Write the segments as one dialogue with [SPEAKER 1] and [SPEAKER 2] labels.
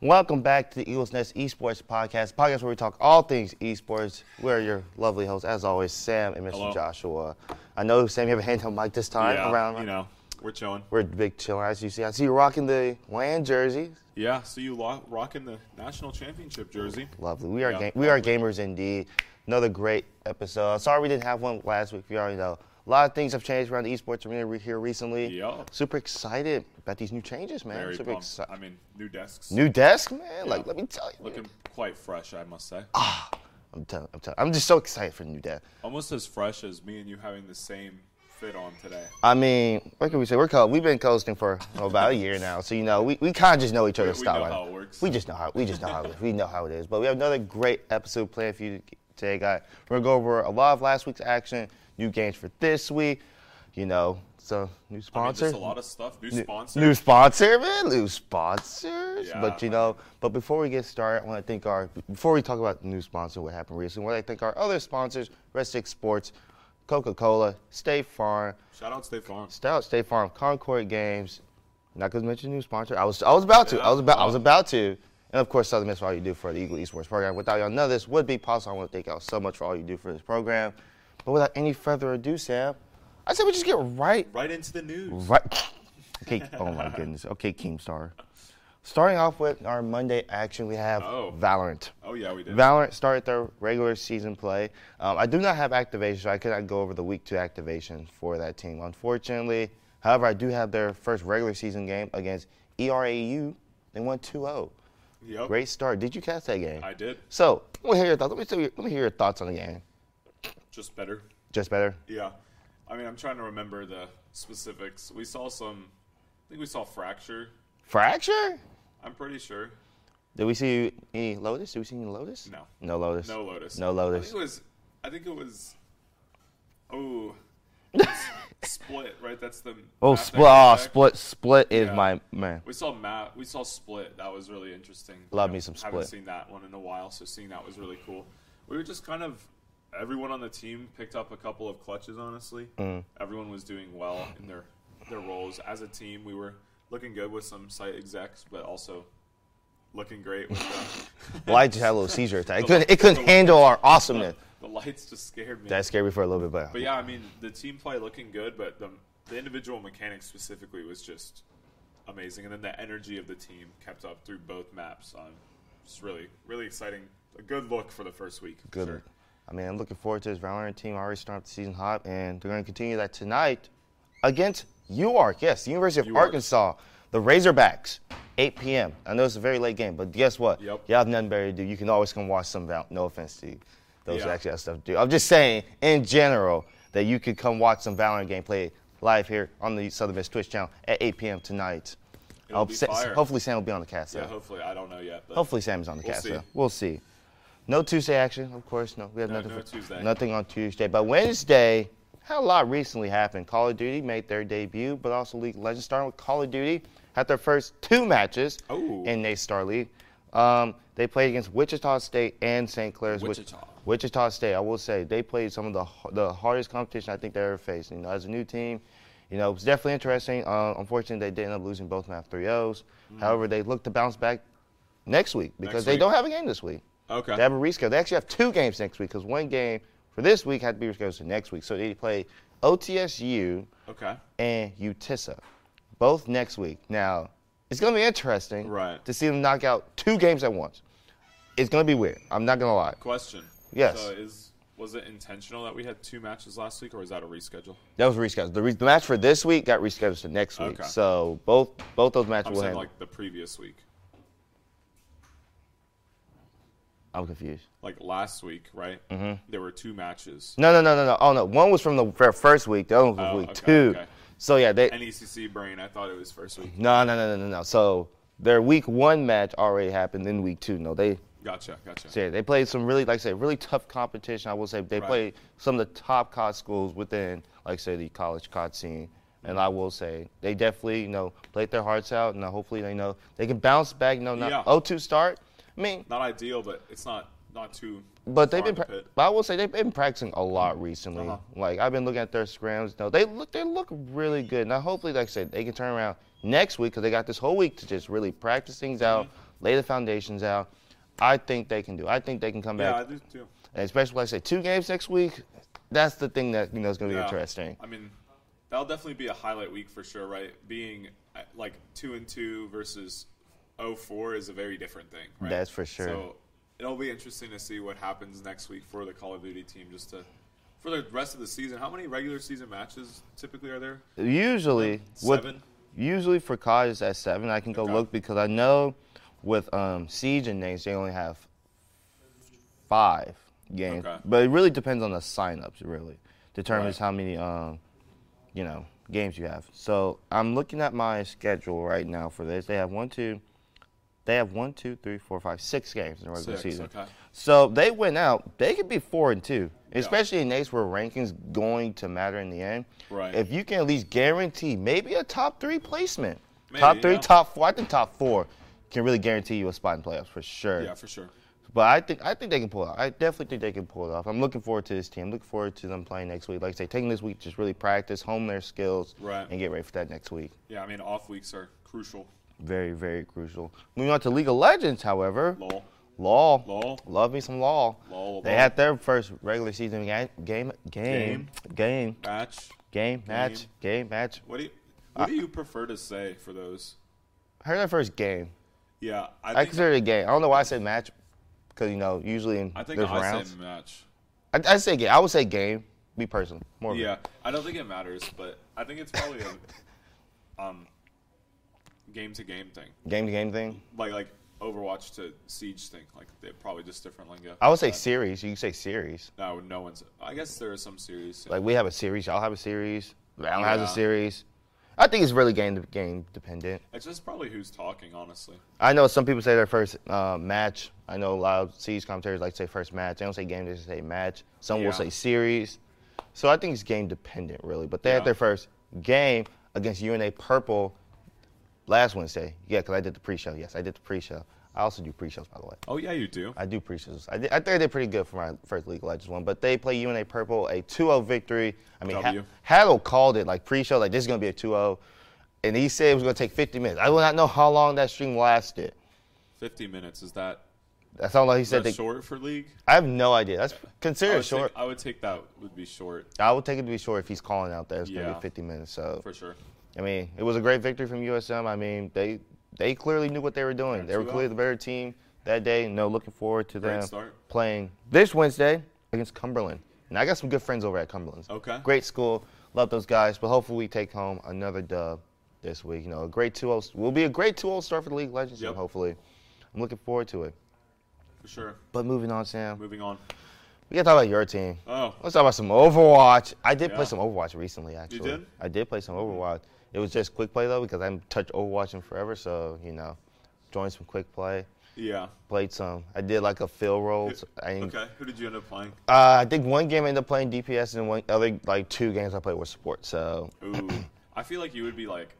[SPEAKER 1] Welcome back to the Eagles Nest Esports Podcast, podcast where we talk all things esports. We're your lovely hosts, as always, Sam and Mr.
[SPEAKER 2] Hello.
[SPEAKER 1] Joshua. I know Sam, you have a handheld mic this time
[SPEAKER 2] yeah,
[SPEAKER 1] around.
[SPEAKER 2] you know, we're chilling.
[SPEAKER 1] We're big chillers. as you see. I see you rocking the WAN jersey.
[SPEAKER 2] Yeah, so you lo- rocking the national championship jersey.
[SPEAKER 1] Lovely. We are
[SPEAKER 2] Yeah,
[SPEAKER 1] ga- we are gamers indeed. Another great episode. Sorry we didn't have one last week. We already know a lot of things have changed around the esports arena re- here recently.
[SPEAKER 2] Yeah.
[SPEAKER 1] Super excited about these new changes, man.
[SPEAKER 2] Very
[SPEAKER 1] Super
[SPEAKER 2] pumped.
[SPEAKER 1] excited.
[SPEAKER 2] I mean, new desks.
[SPEAKER 1] New desk, man. Like,
[SPEAKER 2] Yeah.
[SPEAKER 1] let me tell you.
[SPEAKER 2] Looking
[SPEAKER 1] man.
[SPEAKER 2] quite fresh, I must say.
[SPEAKER 1] Ah. I'm telling. I'm telling. I'm just so excited for the new desk.
[SPEAKER 2] Almost as fresh as me and you having the same fit on today.
[SPEAKER 1] I mean, what can we say? We're co- We've been coasting for oh, about a year now, so you know we, we kind of just know each other's
[SPEAKER 2] we
[SPEAKER 1] style.
[SPEAKER 2] know
[SPEAKER 1] by
[SPEAKER 2] how
[SPEAKER 1] now.
[SPEAKER 2] it works.
[SPEAKER 1] We just know how we just know how it is. we know how it is. But we have another great episode planned for you today, guys. We're gonna go over a lot of last week's action, new games for this week. You know, so new
[SPEAKER 2] I mean,
[SPEAKER 1] sponsor,
[SPEAKER 2] just a lot of stuff. New sponsor.
[SPEAKER 1] new sponsor, man, new sponsors.
[SPEAKER 2] Yeah,
[SPEAKER 1] but you
[SPEAKER 2] I
[SPEAKER 1] know, but before we get started, I want to thank our before we talk about the new sponsor, what happened recently. I want to thank our other sponsors, Restic Sports, Coca Cola, State Farm.
[SPEAKER 2] Shout out State Farm.
[SPEAKER 1] Stout State Farm Concord Games. Not gonna mention new sponsor. I was I was about to. I was about I was about to. And of course, Southern Miss for all you do for the Eagle Esports program. Without y'all, none of this would be possible. I want to thank y'all so much for all you do for this program. But without any further ado, Sam, I said we just get right
[SPEAKER 2] Right into the news.
[SPEAKER 1] Right. Okay. Oh my goodness. Okay, Keemstar. Starting off with our Monday action, we have
[SPEAKER 2] Oh.
[SPEAKER 1] Valorant.
[SPEAKER 2] Oh, yeah, we did.
[SPEAKER 1] Valorant started their regular season play. Um, I do not have activation, so I cannot go over the week two activation for that team, unfortunately. However, I do have their first regular season game against E ERAU. They won 2-0.
[SPEAKER 2] Yep.
[SPEAKER 1] Great start. Did you catch that game?
[SPEAKER 2] I did.
[SPEAKER 1] So, let me hear your thoughts. Let me, tell you- let me hear your thoughts on the game.
[SPEAKER 2] Just better.
[SPEAKER 1] Just better.
[SPEAKER 2] Yeah. I mean, I'm trying to remember the specifics. We saw some, I think we saw Fracture.
[SPEAKER 1] Fracture?
[SPEAKER 2] I'm pretty sure.
[SPEAKER 1] Did we see any Lotus? Did we see any Lotus?
[SPEAKER 2] No.
[SPEAKER 1] No Lotus.
[SPEAKER 2] No Lotus.
[SPEAKER 1] No Lotus.
[SPEAKER 2] I think it was. I think it was. Oh. split, right? That's the.
[SPEAKER 1] Oh,
[SPEAKER 2] Matt
[SPEAKER 1] split!
[SPEAKER 2] that
[SPEAKER 1] Oh,
[SPEAKER 2] came back.
[SPEAKER 1] split! Split is
[SPEAKER 2] Yeah.
[SPEAKER 1] my man.
[SPEAKER 2] We saw Matt. We saw Split. That was really interesting.
[SPEAKER 1] Love
[SPEAKER 2] You know,
[SPEAKER 1] me some
[SPEAKER 2] Haven't
[SPEAKER 1] Split.
[SPEAKER 2] seen that one in a while, so seeing that was really cool. We were just kind of. Everyone on the team picked up a couple of clutches. Honestly,
[SPEAKER 1] Mm.
[SPEAKER 2] everyone was doing well in their their roles as a team. We were looking good with some site execs, but also looking great with the,
[SPEAKER 1] Well, I just had a little seizure attack. It couldn't, it couldn't handle our awesomeness.
[SPEAKER 2] the lights. Just scared me.
[SPEAKER 1] That scared me for a little bit, but,
[SPEAKER 2] But yeah, I mean, the team play looking good, but the, the individual mechanics specifically was just amazing. And then the energy of the team kept up through both maps. Um, just really, really exciting. A good look for the first week. for
[SPEAKER 1] good.
[SPEAKER 2] sure.
[SPEAKER 1] I mean, I'm looking forward to this Valorant team. already started the season hot, and they're going to continue that tonight against UARC. Yes, the University of
[SPEAKER 2] UARC.
[SPEAKER 1] Arkansas, the Razorbacks, 8 p.m. I know it's a very late game, but guess what?
[SPEAKER 2] Yep.
[SPEAKER 1] Y'all have nothing better to do. You can always come watch some Val. No offense to you, those who
[SPEAKER 2] Yeah.
[SPEAKER 1] actually have stuff to do. I'm just saying, in general, that you could come watch some Valorant gameplay live here on the Southern Miss Twitch channel at 8 p.m. tonight.
[SPEAKER 2] It'll
[SPEAKER 1] I'll
[SPEAKER 2] be
[SPEAKER 1] sa-
[SPEAKER 2] fire.
[SPEAKER 1] Hopefully, Sam will be on the cast.
[SPEAKER 2] Yeah,
[SPEAKER 1] though.
[SPEAKER 2] hopefully. I don't know yet. But
[SPEAKER 1] Hopefully Sam's on the
[SPEAKER 2] We'll
[SPEAKER 1] cast.
[SPEAKER 2] see.
[SPEAKER 1] though. We'll see. No Tuesday action, of course. No, we have
[SPEAKER 2] No,
[SPEAKER 1] nothing.
[SPEAKER 2] no
[SPEAKER 1] for-
[SPEAKER 2] Tuesday.
[SPEAKER 1] Nothing on Tuesday, but Wednesday had a lot recently happened. Call of Duty made their debut, but also League of Legends starting with Call of Duty had their first two matches
[SPEAKER 2] Oh.
[SPEAKER 1] in a Star League. Um, they played against Wichita State and St. Clair's. which-
[SPEAKER 2] Wichita.
[SPEAKER 1] Wichita State, I will say, they played some of the h- the hardest competition I think they ever faced. You know, as a new team, you know, it was definitely interesting. Uh, unfortunately, they did end up losing both map 3-0s.
[SPEAKER 2] Mm.
[SPEAKER 1] However, they look to bounce back next week because
[SPEAKER 2] Next
[SPEAKER 1] they
[SPEAKER 2] week.
[SPEAKER 1] don't have a game this week.
[SPEAKER 2] Okay.
[SPEAKER 1] They have a reschedule. They actually have two games next week because one game for this week had to be rescheduled to next week. So they play OTSU
[SPEAKER 2] okay.
[SPEAKER 1] and UTISA, both next week. Now, it's going to be interesting
[SPEAKER 2] Right.
[SPEAKER 1] to see them knock out two games at once. It's going to be weird. I'm not going to lie.
[SPEAKER 2] Question.
[SPEAKER 1] Yes.
[SPEAKER 2] So is was it intentional that we had two matches last week, or is that a reschedule?
[SPEAKER 1] That was rescheduled. The, re- the match for this week got rescheduled to next week.
[SPEAKER 2] Okay.
[SPEAKER 1] So both both those matches
[SPEAKER 2] I'm
[SPEAKER 1] will
[SPEAKER 2] saying
[SPEAKER 1] handle.
[SPEAKER 2] like the previous week,
[SPEAKER 1] I'm confused.
[SPEAKER 2] like last week, right? Mm-hmm. There were two matches.
[SPEAKER 1] No, no, no, no, no. Oh no, one was from the fir- first week. The other one was
[SPEAKER 2] Oh,
[SPEAKER 1] week
[SPEAKER 2] okay,
[SPEAKER 1] two.
[SPEAKER 2] okay.
[SPEAKER 1] So yeah, they.
[SPEAKER 2] NECC E brain. I thought it was first week.
[SPEAKER 1] No, no, no, no, no, no. So their week one match already happened. Then week two. No, they
[SPEAKER 2] Gotcha. Gotcha.
[SPEAKER 1] yeah, they played some really, like I said, really tough competition. I will say they
[SPEAKER 2] Right.
[SPEAKER 1] played some of the top COD schools within, like say, the college COD scene. And I will say they definitely, you know, played their hearts out, and hopefully they know they can bounce back. You know,
[SPEAKER 2] Yeah.
[SPEAKER 1] not 0-2 start. I mean,
[SPEAKER 2] Not ideal, but it's not not too.
[SPEAKER 1] But they've
[SPEAKER 2] far in
[SPEAKER 1] been,
[SPEAKER 2] the
[SPEAKER 1] pra-
[SPEAKER 2] pit.
[SPEAKER 1] but I will say they've been practicing a lot recently.
[SPEAKER 2] Uh-huh.
[SPEAKER 1] Like I've been looking at their scrams. No, they look, they look really good. Now hopefully, like I said, they can turn around next week because they got this whole week to just really practice things out,
[SPEAKER 2] Mm-hmm.
[SPEAKER 1] lay the foundations out. I think they can do. it. I think they can come
[SPEAKER 2] Yeah, I
[SPEAKER 1] back,
[SPEAKER 2] do too.
[SPEAKER 1] and especially like I say, two games next week. That's the thing that you know is going to be
[SPEAKER 2] Yeah.
[SPEAKER 1] interesting.
[SPEAKER 2] I mean, that'll definitely be a highlight week for sure, right? Being uh, like two and two versus 0-4 is a very different thing. Right?
[SPEAKER 1] That's for sure.
[SPEAKER 2] So it'll be interesting to see what happens next week for the Call of Duty team, just to for the rest of the season. How many regular season matches typically are there?
[SPEAKER 1] Usually, with-
[SPEAKER 2] Seven?
[SPEAKER 1] usually for COD is at seven. I can go
[SPEAKER 2] Okay.
[SPEAKER 1] look because I know with um, Siege and Names they only have five games,
[SPEAKER 2] Okay.
[SPEAKER 1] but it really depends on the signups. Really determines how many um, you know games you have. So I'm looking at my schedule right now for this. They have one, two, they have one, two, three, four, five, six games in the regular
[SPEAKER 2] Six,
[SPEAKER 1] season.
[SPEAKER 2] okay.
[SPEAKER 1] So they went out. They could be four and two, especially in Nace where rankings going to matter in the end.
[SPEAKER 2] Right.
[SPEAKER 1] If you can at least guarantee maybe a top three placement,
[SPEAKER 2] Maybe,
[SPEAKER 1] top three,
[SPEAKER 2] yeah.
[SPEAKER 1] top four. I think top four can really guarantee you a spot in playoffs for sure.
[SPEAKER 2] Yeah, for sure.
[SPEAKER 1] But I think I think they can pull it off. I definitely think they can pull it off. I'm looking forward to this team. Looking forward to them playing next week. Like I say, taking this week to just really practice, hone their skills,
[SPEAKER 2] Right.
[SPEAKER 1] and get ready for that next week.
[SPEAKER 2] Yeah, I mean, off weeks are crucial.
[SPEAKER 1] Very, very crucial. Moving on to League of Legends, however.
[SPEAKER 2] Lol.
[SPEAKER 1] Law.
[SPEAKER 2] Lol.
[SPEAKER 1] Love me some Law.
[SPEAKER 2] Lol,
[SPEAKER 1] They
[SPEAKER 2] lol.
[SPEAKER 1] had their first regular season ga- game, game, game, game,
[SPEAKER 2] Match.
[SPEAKER 1] match, game, match.
[SPEAKER 2] What do you, what
[SPEAKER 1] Uh,
[SPEAKER 2] do you prefer to say for those?
[SPEAKER 1] I heard their first game.
[SPEAKER 2] Yeah, I
[SPEAKER 1] I
[SPEAKER 2] think
[SPEAKER 1] consider it a game. I don't know why I said match, because you know usually in
[SPEAKER 2] I think
[SPEAKER 1] there's
[SPEAKER 2] I
[SPEAKER 1] rounds.
[SPEAKER 2] say match.
[SPEAKER 1] I, I say game. I would say game. Me personally, more. of a-
[SPEAKER 2] Yeah, I don't think it matters, but I think it's probably a um game to game thing,
[SPEAKER 1] game to game thing.
[SPEAKER 2] like like Overwatch to Siege thing. Like they're probably just different lingo.
[SPEAKER 1] I would say series. You could say series.
[SPEAKER 2] no, no one's. I guess there are some series.
[SPEAKER 1] Like we have a series. Y'all have a series. Val has
[SPEAKER 2] Yeah.
[SPEAKER 1] a series. I think it's really game to game dependent.
[SPEAKER 2] it's just probably who's talking, honestly.
[SPEAKER 1] I know some people say their first uh, match. I know a lot of Siege commentators like to say first match. They don't say game, they just say match. Some
[SPEAKER 2] Yeah.
[SPEAKER 1] will say series. So I think it's game dependent, really. But they
[SPEAKER 2] Yeah.
[SPEAKER 1] had their first game against UNA Purple last Wednesday. Yeah, because I did the pre show. Yes, I did the pre show. I also do pre shows, by the way.
[SPEAKER 2] Oh yeah, you do.
[SPEAKER 1] I do pre-shows. I, did, I think I did pretty good for my first League of Legends one, but they play UNA Purple a 2-0 victory. I mean,
[SPEAKER 2] W.
[SPEAKER 1] ha- Haddle called it like pre-show, like this is gonna be a 2-0, and he said it was gonna take 50 minutes. I will not know how long that stream lasted.
[SPEAKER 2] Fifty minutes is that,
[SPEAKER 1] That sounded like he
[SPEAKER 2] is
[SPEAKER 1] said.
[SPEAKER 2] that
[SPEAKER 1] They,
[SPEAKER 2] short for league?
[SPEAKER 1] I have no idea. That's
[SPEAKER 2] I
[SPEAKER 1] considered
[SPEAKER 2] would
[SPEAKER 1] short.
[SPEAKER 2] Take, I would take that would be short
[SPEAKER 1] I would take it to be short if he's calling out there. It's gonna
[SPEAKER 2] Yeah.
[SPEAKER 1] be 50 minutes. So
[SPEAKER 2] for sure.
[SPEAKER 1] I mean, it was a great victory from USM. I mean, they they clearly knew what they were doing. They were
[SPEAKER 2] 2-0.
[SPEAKER 1] clearly the better team that day. No, looking forward to
[SPEAKER 2] Great
[SPEAKER 1] them
[SPEAKER 2] start.
[SPEAKER 1] playing this Wednesday against Cumberland. And I got some good friends over at Cumberland.
[SPEAKER 2] Okay.
[SPEAKER 1] Great school. Love those guys. But hopefully we take home another dub this week. You know, a great 2-0. Will be a great 2-0 start for the League of Legends. team,
[SPEAKER 2] Yep.
[SPEAKER 1] Hopefully, I'm looking forward to it.
[SPEAKER 2] For sure.
[SPEAKER 1] But moving on, Sam,
[SPEAKER 2] Moving on.
[SPEAKER 1] we gotta talk about your team.
[SPEAKER 2] Oh,
[SPEAKER 1] Let's talk about some Overwatch. I did
[SPEAKER 2] Yeah.
[SPEAKER 1] play some Overwatch recently, actually.
[SPEAKER 2] did? Mm-hmm.
[SPEAKER 1] I did play some Overwatch. It was just quick play though, because I haven't touched Overwatch in forever. So you know, joined some quick play,
[SPEAKER 2] yeah.
[SPEAKER 1] played some. I did like a fill roll. so I, ain't-
[SPEAKER 2] Okay. Who did you end up playing?
[SPEAKER 1] uh, I think one game I ended up playing DPS, and one other like two games I played were support. So
[SPEAKER 2] Ooh, I feel like you would be like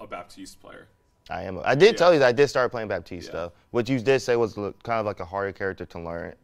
[SPEAKER 2] a Baptiste player.
[SPEAKER 1] I am. I did tell
[SPEAKER 2] Yeah.
[SPEAKER 1] you that I did start playing Baptiste
[SPEAKER 2] Yeah.
[SPEAKER 1] though, which you did say was l- kind of like a harder character to learn.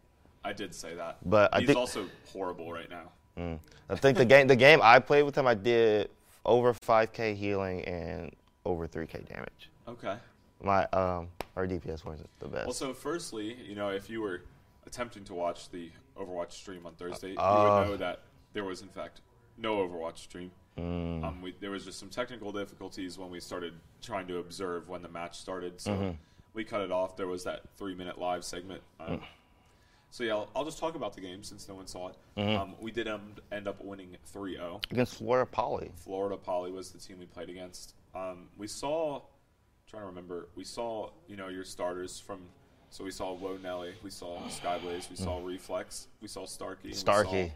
[SPEAKER 2] I did say that.
[SPEAKER 1] But I
[SPEAKER 2] he's
[SPEAKER 1] think-
[SPEAKER 2] also horrible right now.
[SPEAKER 1] I think the game the game I played with him, I did over 5k healing and over 3k damage.
[SPEAKER 2] Okay.
[SPEAKER 1] my um our DPS wasn't the best.
[SPEAKER 2] Well, so firstly, you know, if you were attempting to watch the Overwatch stream on Thursday, you
[SPEAKER 1] Uh.
[SPEAKER 2] would know that there was in fact no Overwatch stream.
[SPEAKER 1] Mm.
[SPEAKER 2] Um, we, there was just some technical difficulties when we started trying to observe when the match started, so
[SPEAKER 1] Mm-hmm.
[SPEAKER 2] we cut it off. There was that three-minute live segment.
[SPEAKER 1] Mm.
[SPEAKER 2] Um, So yeah, I'll, I'll just talk about the game since no one saw it.
[SPEAKER 1] Mm-hmm.
[SPEAKER 2] Um, we did end, end up winning oh. 3-0.
[SPEAKER 1] Against Florida Poly.
[SPEAKER 2] Florida Poly was the team we played against. Um, we saw, trying to remember, we saw you know your starters from. So we saw Woe Nelly, we saw Skyblaze, we saw Reflex, we saw Starkey, and we saw
[SPEAKER 1] Starkey.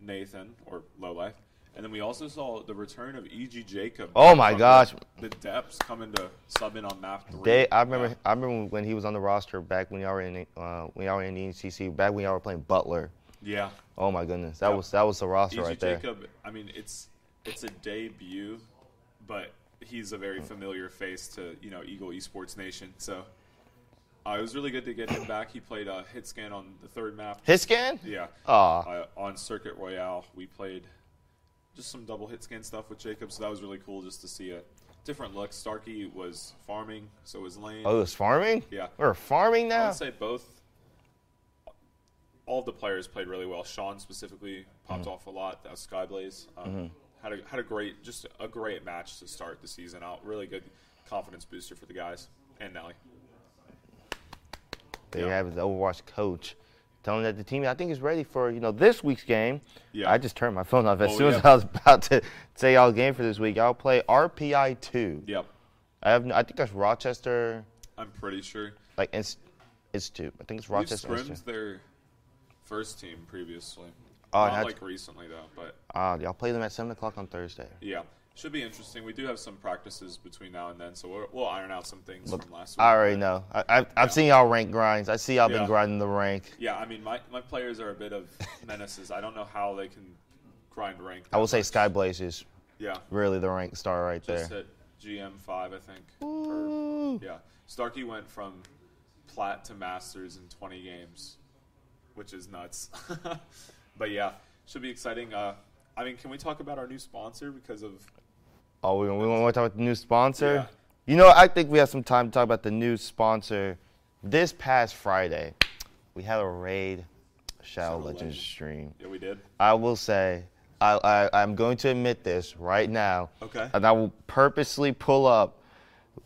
[SPEAKER 2] Nathan or Low Life, and then we also saw the return of E.G. Jacob.
[SPEAKER 1] Oh my
[SPEAKER 2] from
[SPEAKER 1] gosh.
[SPEAKER 2] The depths coming to sub in on map three.
[SPEAKER 1] They, I remember, I remember when he was on the roster back when y'all were in, uh, when y'all were in the ECC, back when y'all were playing Butler.
[SPEAKER 2] Yeah,
[SPEAKER 1] Oh my goodness, that
[SPEAKER 2] Yep.
[SPEAKER 1] was that was the roster
[SPEAKER 2] E.G.
[SPEAKER 1] right there.
[SPEAKER 2] Jacob. I mean, it's it's a debut, but he's a
[SPEAKER 1] Hmm.
[SPEAKER 2] very familiar face to you know Eagle Esports Nation. So uh, it was really good to get him back. He played uh, hit scan on the third map.
[SPEAKER 1] His scan?
[SPEAKER 2] Yeah.
[SPEAKER 1] Aw.
[SPEAKER 2] Uh, on Circuit Royale, we played just some double hit scan stuff with Jacob, so that was really cool just to see a different looks. Starkey was farming, so was Lane.
[SPEAKER 1] Oh, it was farming?
[SPEAKER 2] Yeah.
[SPEAKER 1] We're farming
[SPEAKER 2] I
[SPEAKER 1] now?
[SPEAKER 2] would say both. All the players played really well. Sean specifically popped off a lot. That was Skyblaze. Um, Had a had a great, just a great match to start the season out. Really good confidence booster for the guys and Nelly.
[SPEAKER 1] There you
[SPEAKER 2] Yeah.
[SPEAKER 1] have it, the Overwatch coach telling that the team I think is ready for you know this week's game.
[SPEAKER 2] Yeah.
[SPEAKER 1] I just turned my phone off as
[SPEAKER 2] Oh,
[SPEAKER 1] soon as
[SPEAKER 2] yeah.
[SPEAKER 1] I was about to say y'all game for this week. Y'all play RPI two.
[SPEAKER 2] Yep,
[SPEAKER 1] I have no, I think that's Rochester
[SPEAKER 2] I'm pretty sure.
[SPEAKER 1] like Inst- Institute. I think it's
[SPEAKER 2] We've
[SPEAKER 1] Rochester
[SPEAKER 2] scrimmed
[SPEAKER 1] Institute.
[SPEAKER 2] their first team previously.
[SPEAKER 1] Oh,
[SPEAKER 2] Not
[SPEAKER 1] that's-
[SPEAKER 2] like recently though, but
[SPEAKER 1] Uh, y'all play them at seven o'clock on Thursday.
[SPEAKER 2] yeah, should be interesting. We do have some practices between now and then, so we'll, we'll iron out some things from last week.
[SPEAKER 1] I already know. I, I've, I've seen y'all rank grinds. I see y'all
[SPEAKER 2] Yeah.
[SPEAKER 1] been grinding the rank.
[SPEAKER 2] Yeah, I mean, my, my players are a bit of menaces. I don't know how they can grind rank.
[SPEAKER 1] I will
[SPEAKER 2] that
[SPEAKER 1] say
[SPEAKER 2] much.
[SPEAKER 1] Skyblaze is
[SPEAKER 2] Yeah,
[SPEAKER 1] really the rank star right
[SPEAKER 2] just
[SPEAKER 1] there.
[SPEAKER 2] hit GM five, I think. Or, yeah, Starkey went from plat to masters in 20 games, which is nuts. but yeah, should be exciting. Uh, I mean, can we talk about our new sponsor because of
[SPEAKER 1] Oh, we, we want to talk about the new sponsor.
[SPEAKER 2] Yeah.
[SPEAKER 1] You know, I think we have some time to talk about the new sponsor. This past Friday, we had a raid Shadow
[SPEAKER 2] Shadow
[SPEAKER 1] Legends
[SPEAKER 2] Legends.
[SPEAKER 1] stream.
[SPEAKER 2] yeah we did
[SPEAKER 1] I will say, I, I I'm going to admit this right now.
[SPEAKER 2] Okay.
[SPEAKER 1] And I will purposely pull up.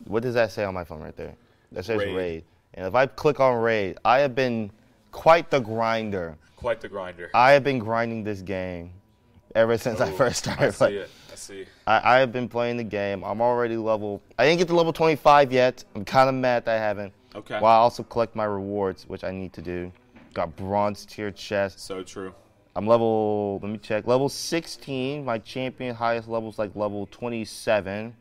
[SPEAKER 1] What does that say on my phone right there? That says
[SPEAKER 2] Raid.
[SPEAKER 1] raid. And if I click on raid, I have been quite the grinder.
[SPEAKER 2] quite the grinder.
[SPEAKER 1] I have been grinding this game ever since I
[SPEAKER 2] Ooh,
[SPEAKER 1] first
[SPEAKER 2] Oh, I
[SPEAKER 1] started.
[SPEAKER 2] see
[SPEAKER 1] playing.
[SPEAKER 2] it. I see.
[SPEAKER 1] I, I have been playing the game. I'm already level. I didn't get to level 25 yet. I'm kind of mad that I haven't.
[SPEAKER 2] Okay.
[SPEAKER 1] While I also collect my rewards, which I need to do. Got bronze tier chest.
[SPEAKER 2] So true.
[SPEAKER 1] I'm level. Let me check. Level 16. My champion highest level's like level 27.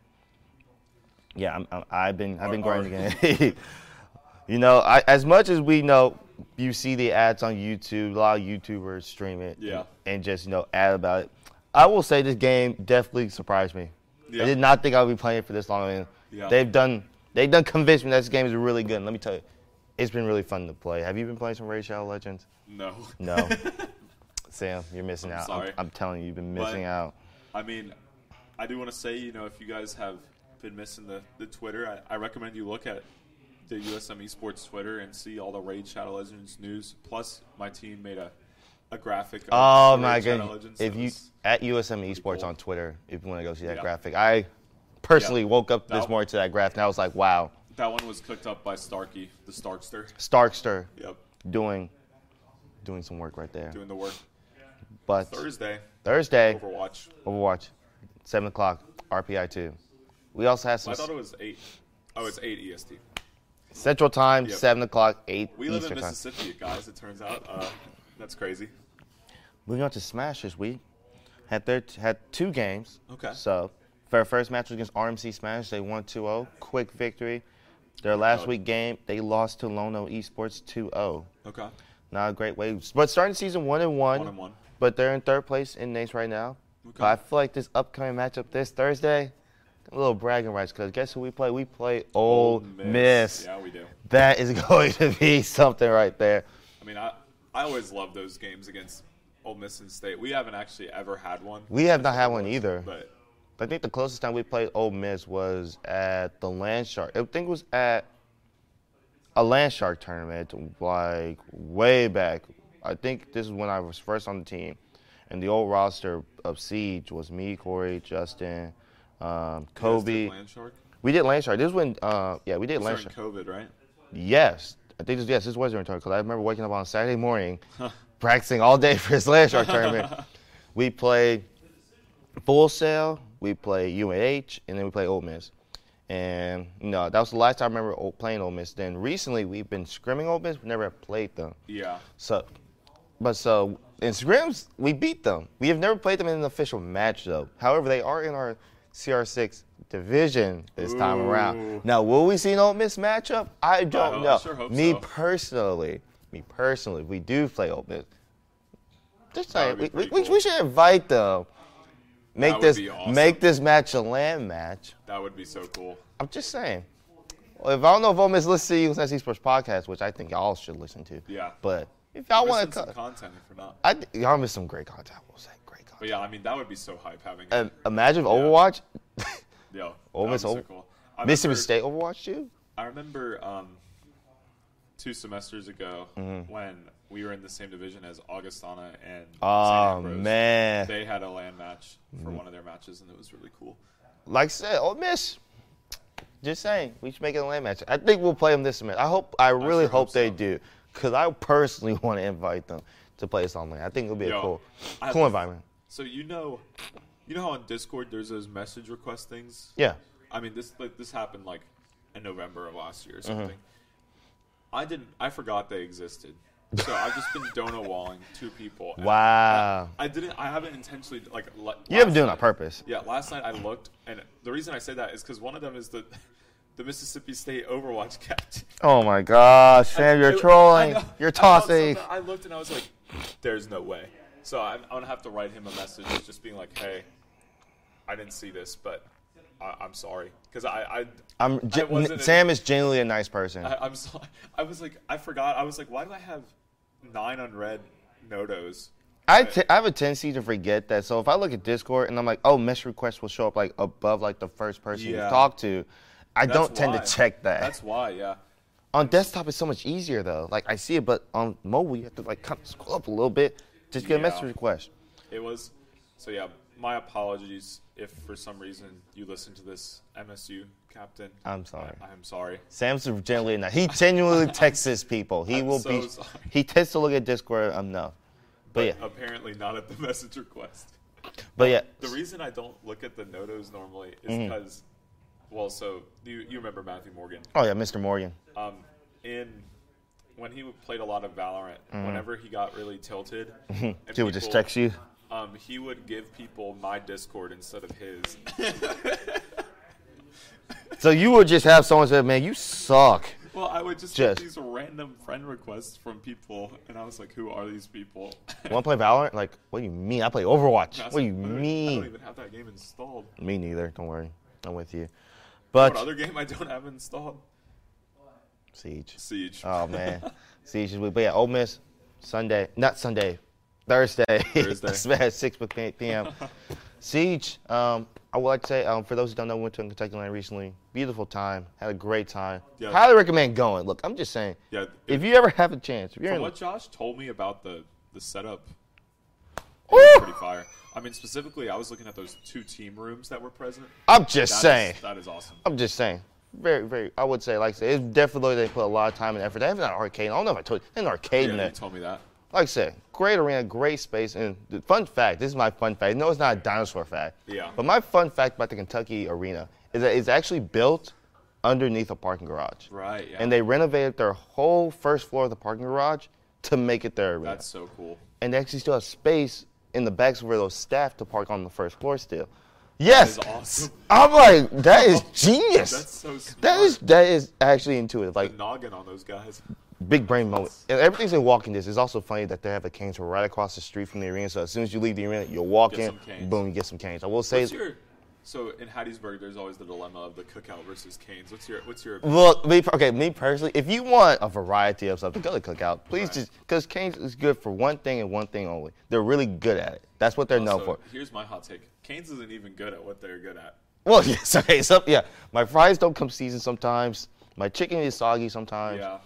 [SPEAKER 1] Yeah, I'm, I'm, I've been I've been
[SPEAKER 2] Or- or-
[SPEAKER 1] grinding it. you know, I, as much as we know, you see the ads on YouTube. A lot of YouTubers stream it.
[SPEAKER 2] Yeah.
[SPEAKER 1] And just you know, ad about it. I will say this game definitely surprised me.
[SPEAKER 2] Yeah.
[SPEAKER 1] I did not think I would be playing it for this long. And
[SPEAKER 2] Yeah.
[SPEAKER 1] They've done they've done convinced me that this game is really good. And let me tell you, it's been really fun to play. Have you been playing some Raid Shadow Legends?
[SPEAKER 2] No.
[SPEAKER 1] No. Sam, you're missing
[SPEAKER 2] I'm
[SPEAKER 1] out.
[SPEAKER 2] sorry.
[SPEAKER 1] I'm, I'm telling you, you've been missing
[SPEAKER 2] But-
[SPEAKER 1] out.
[SPEAKER 2] I mean, I do want to say, you know, if you guys have been missing the, the Twitter, I, I recommend you look at the USM Esports Twitter and see all the Raid Shadow Legends news. Plus, my team made a, a graphic. Of
[SPEAKER 1] Oh
[SPEAKER 2] Raid
[SPEAKER 1] my
[SPEAKER 2] Shadow
[SPEAKER 1] goodness.
[SPEAKER 2] Legends
[SPEAKER 1] If
[SPEAKER 2] that
[SPEAKER 1] you
[SPEAKER 2] was-
[SPEAKER 1] at USM E Esports
[SPEAKER 2] cool.
[SPEAKER 1] on Twitter, if you want to go see that
[SPEAKER 2] Yeah.
[SPEAKER 1] graphic, I personally
[SPEAKER 2] Yeah.
[SPEAKER 1] woke up this
[SPEAKER 2] That-
[SPEAKER 1] morning to that graph and I was like, wow,
[SPEAKER 2] that one was cooked up by Starkey, the Starkster.
[SPEAKER 1] Starkster
[SPEAKER 2] Yep,
[SPEAKER 1] doing doing some work right there.
[SPEAKER 2] doing the work.
[SPEAKER 1] But
[SPEAKER 2] Thursday,
[SPEAKER 1] Thursday,
[SPEAKER 2] Overwatch.
[SPEAKER 1] Overwatch, seven o'clock, RPI two. We also have some
[SPEAKER 2] I thought it was eight. Oh, it's eight EST.
[SPEAKER 1] Central Time,
[SPEAKER 2] Yep.
[SPEAKER 1] seven o'clock, eight
[SPEAKER 2] We live
[SPEAKER 1] Eastern
[SPEAKER 2] in
[SPEAKER 1] Time.
[SPEAKER 2] Mississippi, guys. It turns out uh, that's crazy.
[SPEAKER 1] Moving on to Smash this week, had their had two games.
[SPEAKER 2] Okay.
[SPEAKER 1] So their first match was against RMC Smash. They won 2-0, quick victory. Their last
[SPEAKER 2] God.
[SPEAKER 1] week game, they lost to Lono Esports 2-0.
[SPEAKER 2] Okay,
[SPEAKER 1] Not a great way, but starting season one and one.
[SPEAKER 2] one and one.
[SPEAKER 1] But they're in third place in Nace right now.
[SPEAKER 2] Okay.
[SPEAKER 1] But I feel like this upcoming matchup this Thursday, a little bragging rights because guess who we play? We play Ole, Miss.
[SPEAKER 2] Yeah, we do.
[SPEAKER 1] That is going to be something right there.
[SPEAKER 2] I mean, I I always love those games against Ole Miss and State. We haven't actually ever had one,
[SPEAKER 1] We have not had one either.
[SPEAKER 2] but
[SPEAKER 1] I think the closest time we played Ole Miss was at the Land Shark. I think it was at a Land Shark tournament, like way back. I think this is when I was first on the team, and the old roster of Siege was me, Corey, Justin, um, Kobe.
[SPEAKER 2] Land Shark.
[SPEAKER 1] we did Land Shark. This is when, uh, yeah, we did Land
[SPEAKER 2] During
[SPEAKER 1] Shark.
[SPEAKER 2] COVID, right?
[SPEAKER 1] Yes, I think this, yes, this was during tournament because I remember waking up on Saturday morning, practicing all day for this Land Shark tournament. we played Full Sail, we played UNH, and then we played Ole Miss. And no, that was the last time I remember o- playing Ole Miss. Then recently we've been scrimming Ole Miss, we never have played them.
[SPEAKER 2] Yeah,
[SPEAKER 1] So, but so in scrims we beat them. We have never played them in an official match though. However, they are in our CR6 division this time
[SPEAKER 2] Ooh.
[SPEAKER 1] around. Now, will we see an Ole Miss matchup? I don't
[SPEAKER 2] hope- I
[SPEAKER 1] know.
[SPEAKER 2] sure hope
[SPEAKER 1] me
[SPEAKER 2] so.
[SPEAKER 1] personally, me personally, if we do play Ole Miss. Just
[SPEAKER 2] That
[SPEAKER 1] saying,
[SPEAKER 2] would
[SPEAKER 1] we,
[SPEAKER 2] be
[SPEAKER 1] we,
[SPEAKER 2] pretty
[SPEAKER 1] we should invite them. Make
[SPEAKER 2] would
[SPEAKER 1] this
[SPEAKER 2] be awesome.
[SPEAKER 1] make this match a land match.
[SPEAKER 2] that would be so cool.
[SPEAKER 1] I'm just saying. If I don't know if Ole Miss listens to Eagles Nest Esports podcast, which I think y'all should listen to.
[SPEAKER 2] Yeah.
[SPEAKER 1] But if y'all
[SPEAKER 2] We're
[SPEAKER 1] want
[SPEAKER 2] missing
[SPEAKER 1] to,
[SPEAKER 2] some content if we're not.
[SPEAKER 1] I th- y'all missed some great content. I will say great
[SPEAKER 2] But
[SPEAKER 1] content.
[SPEAKER 2] Oh, yeah, I mean, that would be so hype having.
[SPEAKER 1] And imagine if Overwatch.
[SPEAKER 2] Yeah.
[SPEAKER 1] Ole
[SPEAKER 2] that
[SPEAKER 1] Miss
[SPEAKER 2] was so
[SPEAKER 1] Ole-
[SPEAKER 2] cool. I
[SPEAKER 1] Mississippi
[SPEAKER 2] remember-
[SPEAKER 1] State overwatched you?
[SPEAKER 2] I remember um, two semesters ago
[SPEAKER 1] Mm-hmm.
[SPEAKER 2] when we were in the same division as Augustana and St.
[SPEAKER 1] Oh,
[SPEAKER 2] Ambrose.
[SPEAKER 1] man. Mm-hmm.
[SPEAKER 2] They had a land match for one of their matches, and it was really cool.
[SPEAKER 1] Like I said, Ole Miss. Just saying, we should make it a land match. I think we'll play them this semester. I hope. I really
[SPEAKER 2] sure
[SPEAKER 1] hope,
[SPEAKER 2] hope
[SPEAKER 1] they
[SPEAKER 2] so.
[SPEAKER 1] do, because I personally want to invite them to play us on land. I think it'll be a
[SPEAKER 2] Yo,
[SPEAKER 1] cool,
[SPEAKER 2] I-
[SPEAKER 1] cool environment.
[SPEAKER 2] So you know, you know how on Discord there's those message request things.
[SPEAKER 1] Yeah.
[SPEAKER 2] I mean, this like, this happened like in November of last
[SPEAKER 1] Uh-huh.
[SPEAKER 2] year or something. I didn't. I forgot they existed. So I've just been donut walling two people. and
[SPEAKER 1] Wow.
[SPEAKER 2] I didn't. I haven't intentionally like. le-
[SPEAKER 1] You haven't
[SPEAKER 2] last
[SPEAKER 1] doing it on
[SPEAKER 2] night-
[SPEAKER 1] purpose.
[SPEAKER 2] Yeah, last night I looked, and the reason I say that is because one of them is the the Mississippi State Overwatch captain.
[SPEAKER 1] Oh my gosh, Sam,
[SPEAKER 2] I-
[SPEAKER 1] you're
[SPEAKER 2] I
[SPEAKER 1] trolling.
[SPEAKER 2] know.
[SPEAKER 1] You're
[SPEAKER 2] I felt so
[SPEAKER 1] tossing.
[SPEAKER 2] bad. I looked and I was like, "There's no way." So I'm, I'm gonna have to write him a message, just being like, "Hey, I didn't see this, but I, I'm sorry," because I, I,
[SPEAKER 1] I'm
[SPEAKER 2] I wasn't in-
[SPEAKER 1] Sam is genuinely a nice person.
[SPEAKER 2] I I'm sorry. I was like, I forgot. I was like, "Why do I have nine unread notos?"
[SPEAKER 1] I, t- I have a tendency to forget that. So if I look at Discord and I'm like, oh, mess request will show up like above like the first person you
[SPEAKER 2] Yeah.
[SPEAKER 1] talk to, I
[SPEAKER 2] That's
[SPEAKER 1] don't tend
[SPEAKER 2] why.
[SPEAKER 1] to check that.
[SPEAKER 2] That's why, yeah.
[SPEAKER 1] on desktop, it's so much easier though. Like I see it, but on mobile, you have to like kind of scroll up a little bit just get a
[SPEAKER 2] Yeah.
[SPEAKER 1] message request.
[SPEAKER 2] It was. So yeah, my apologies if for some reason you listen to this, MSU captain.
[SPEAKER 1] I'm sorry.
[SPEAKER 2] I, am sorry.
[SPEAKER 1] Sam's genuinely nice. He genuinely texts his people. He
[SPEAKER 2] I'm
[SPEAKER 1] will
[SPEAKER 2] so
[SPEAKER 1] be.
[SPEAKER 2] sorry.
[SPEAKER 1] He tends to look at Discord enough. But yeah,
[SPEAKER 2] Apparently not at the message request.
[SPEAKER 1] but yeah.
[SPEAKER 2] uh, The reason I don't look at the notos normally is
[SPEAKER 1] Mm-hmm.
[SPEAKER 2] because, well, so you you remember Matthew Morgan?
[SPEAKER 1] Oh yeah, Mr. Morgan.
[SPEAKER 2] Um, in when he played a lot of Valorant, whenever he got really tilted, and
[SPEAKER 1] Mm-hmm. He would just
[SPEAKER 2] people-
[SPEAKER 1] text you.
[SPEAKER 2] Um, he would give people my Discord instead of his.
[SPEAKER 1] So you would just have someone say, "Man, you suck."
[SPEAKER 2] Well, I would just
[SPEAKER 1] Just-
[SPEAKER 2] get these random friend requests from people, and I was like, "Who are these people?"
[SPEAKER 1] Want to play Valorant? Like, what do you mean? I play Overwatch.
[SPEAKER 2] I
[SPEAKER 1] What
[SPEAKER 2] was
[SPEAKER 1] do
[SPEAKER 2] like,
[SPEAKER 1] you
[SPEAKER 2] "Literally, I don't
[SPEAKER 1] mean?
[SPEAKER 2] even have that game installed.
[SPEAKER 1] Me neither. Don't worry, I'm with you.
[SPEAKER 2] What
[SPEAKER 1] But
[SPEAKER 2] other game I don't have installed?
[SPEAKER 1] Siege.
[SPEAKER 2] Siege.
[SPEAKER 1] Oh man, Siege is weak. But yeah, Ole Miss Sunday, not Sunday, Thursday.
[SPEAKER 2] Thursday.
[SPEAKER 1] Smash, six p.m. Siege. Um, I would like to say, um, for those who don't know, we went to Kentucky Land recently. Beautiful time. Had a great time.
[SPEAKER 2] Yeah.
[SPEAKER 1] Highly recommend going. Look, I'm just saying,
[SPEAKER 2] yeah.
[SPEAKER 1] if you ever have a chance, if you're
[SPEAKER 2] From
[SPEAKER 1] in,
[SPEAKER 2] what Josh told me about the the setup, it
[SPEAKER 1] Woo!
[SPEAKER 2] was pretty fire. I mean, specifically, I was looking at those two team rooms that were present.
[SPEAKER 1] I'm
[SPEAKER 2] That
[SPEAKER 1] just
[SPEAKER 2] is-
[SPEAKER 1] saying.
[SPEAKER 2] that is awesome.
[SPEAKER 1] I'm just saying. Very, very. I would say, like I said, it's definitely they put a lot of time and effort. They have an arcade. I don't know if I told you, they have an arcade
[SPEAKER 2] Yeah,
[SPEAKER 1] in
[SPEAKER 2] you
[SPEAKER 1] there.
[SPEAKER 2] told me that.
[SPEAKER 1] Like I said, great arena, great space. And the fun fact, this is my fun fact. No, it's not a dinosaur fact.
[SPEAKER 2] Yeah.
[SPEAKER 1] But my fun fact about the Kentucky arena is that it's actually built underneath a parking garage.
[SPEAKER 2] Right. Yeah.
[SPEAKER 1] And they renovated their whole first floor of the parking garage to make it their arena.
[SPEAKER 2] That's so cool.
[SPEAKER 1] and they actually still have space in the backs where those staff to park on the first floor still. Yes.
[SPEAKER 2] That is awesome.
[SPEAKER 1] I'm like, that is genius.
[SPEAKER 2] That's so smart.
[SPEAKER 1] That is that is actually intuitive, like
[SPEAKER 2] noggin on those guys.
[SPEAKER 1] big brain moment. And everything's in walking distance. It's also funny that they have a canes right across the street from the arena. So as soon as you leave the arena, you'll walk
[SPEAKER 2] Get
[SPEAKER 1] in,
[SPEAKER 2] some canes.
[SPEAKER 1] boom, you get some canes. I will say,
[SPEAKER 2] What's your so in Hattiesburg? There's always the dilemma of the cookout versus Canes. What's your what's your
[SPEAKER 1] look, me okay, me personally, if you want a variety of stuff, go to Cookout. Please
[SPEAKER 2] Right.
[SPEAKER 1] just because canes is good for one thing and one thing only. They're really good at it. That's what they're known
[SPEAKER 2] Oh, So,
[SPEAKER 1] for.
[SPEAKER 2] Here's my hot take: Canes isn't even good at what they're good at.
[SPEAKER 1] Well, yes, okay, so yeah, my fries don't come seasoned sometimes. My chicken is soggy sometimes.
[SPEAKER 2] Yeah.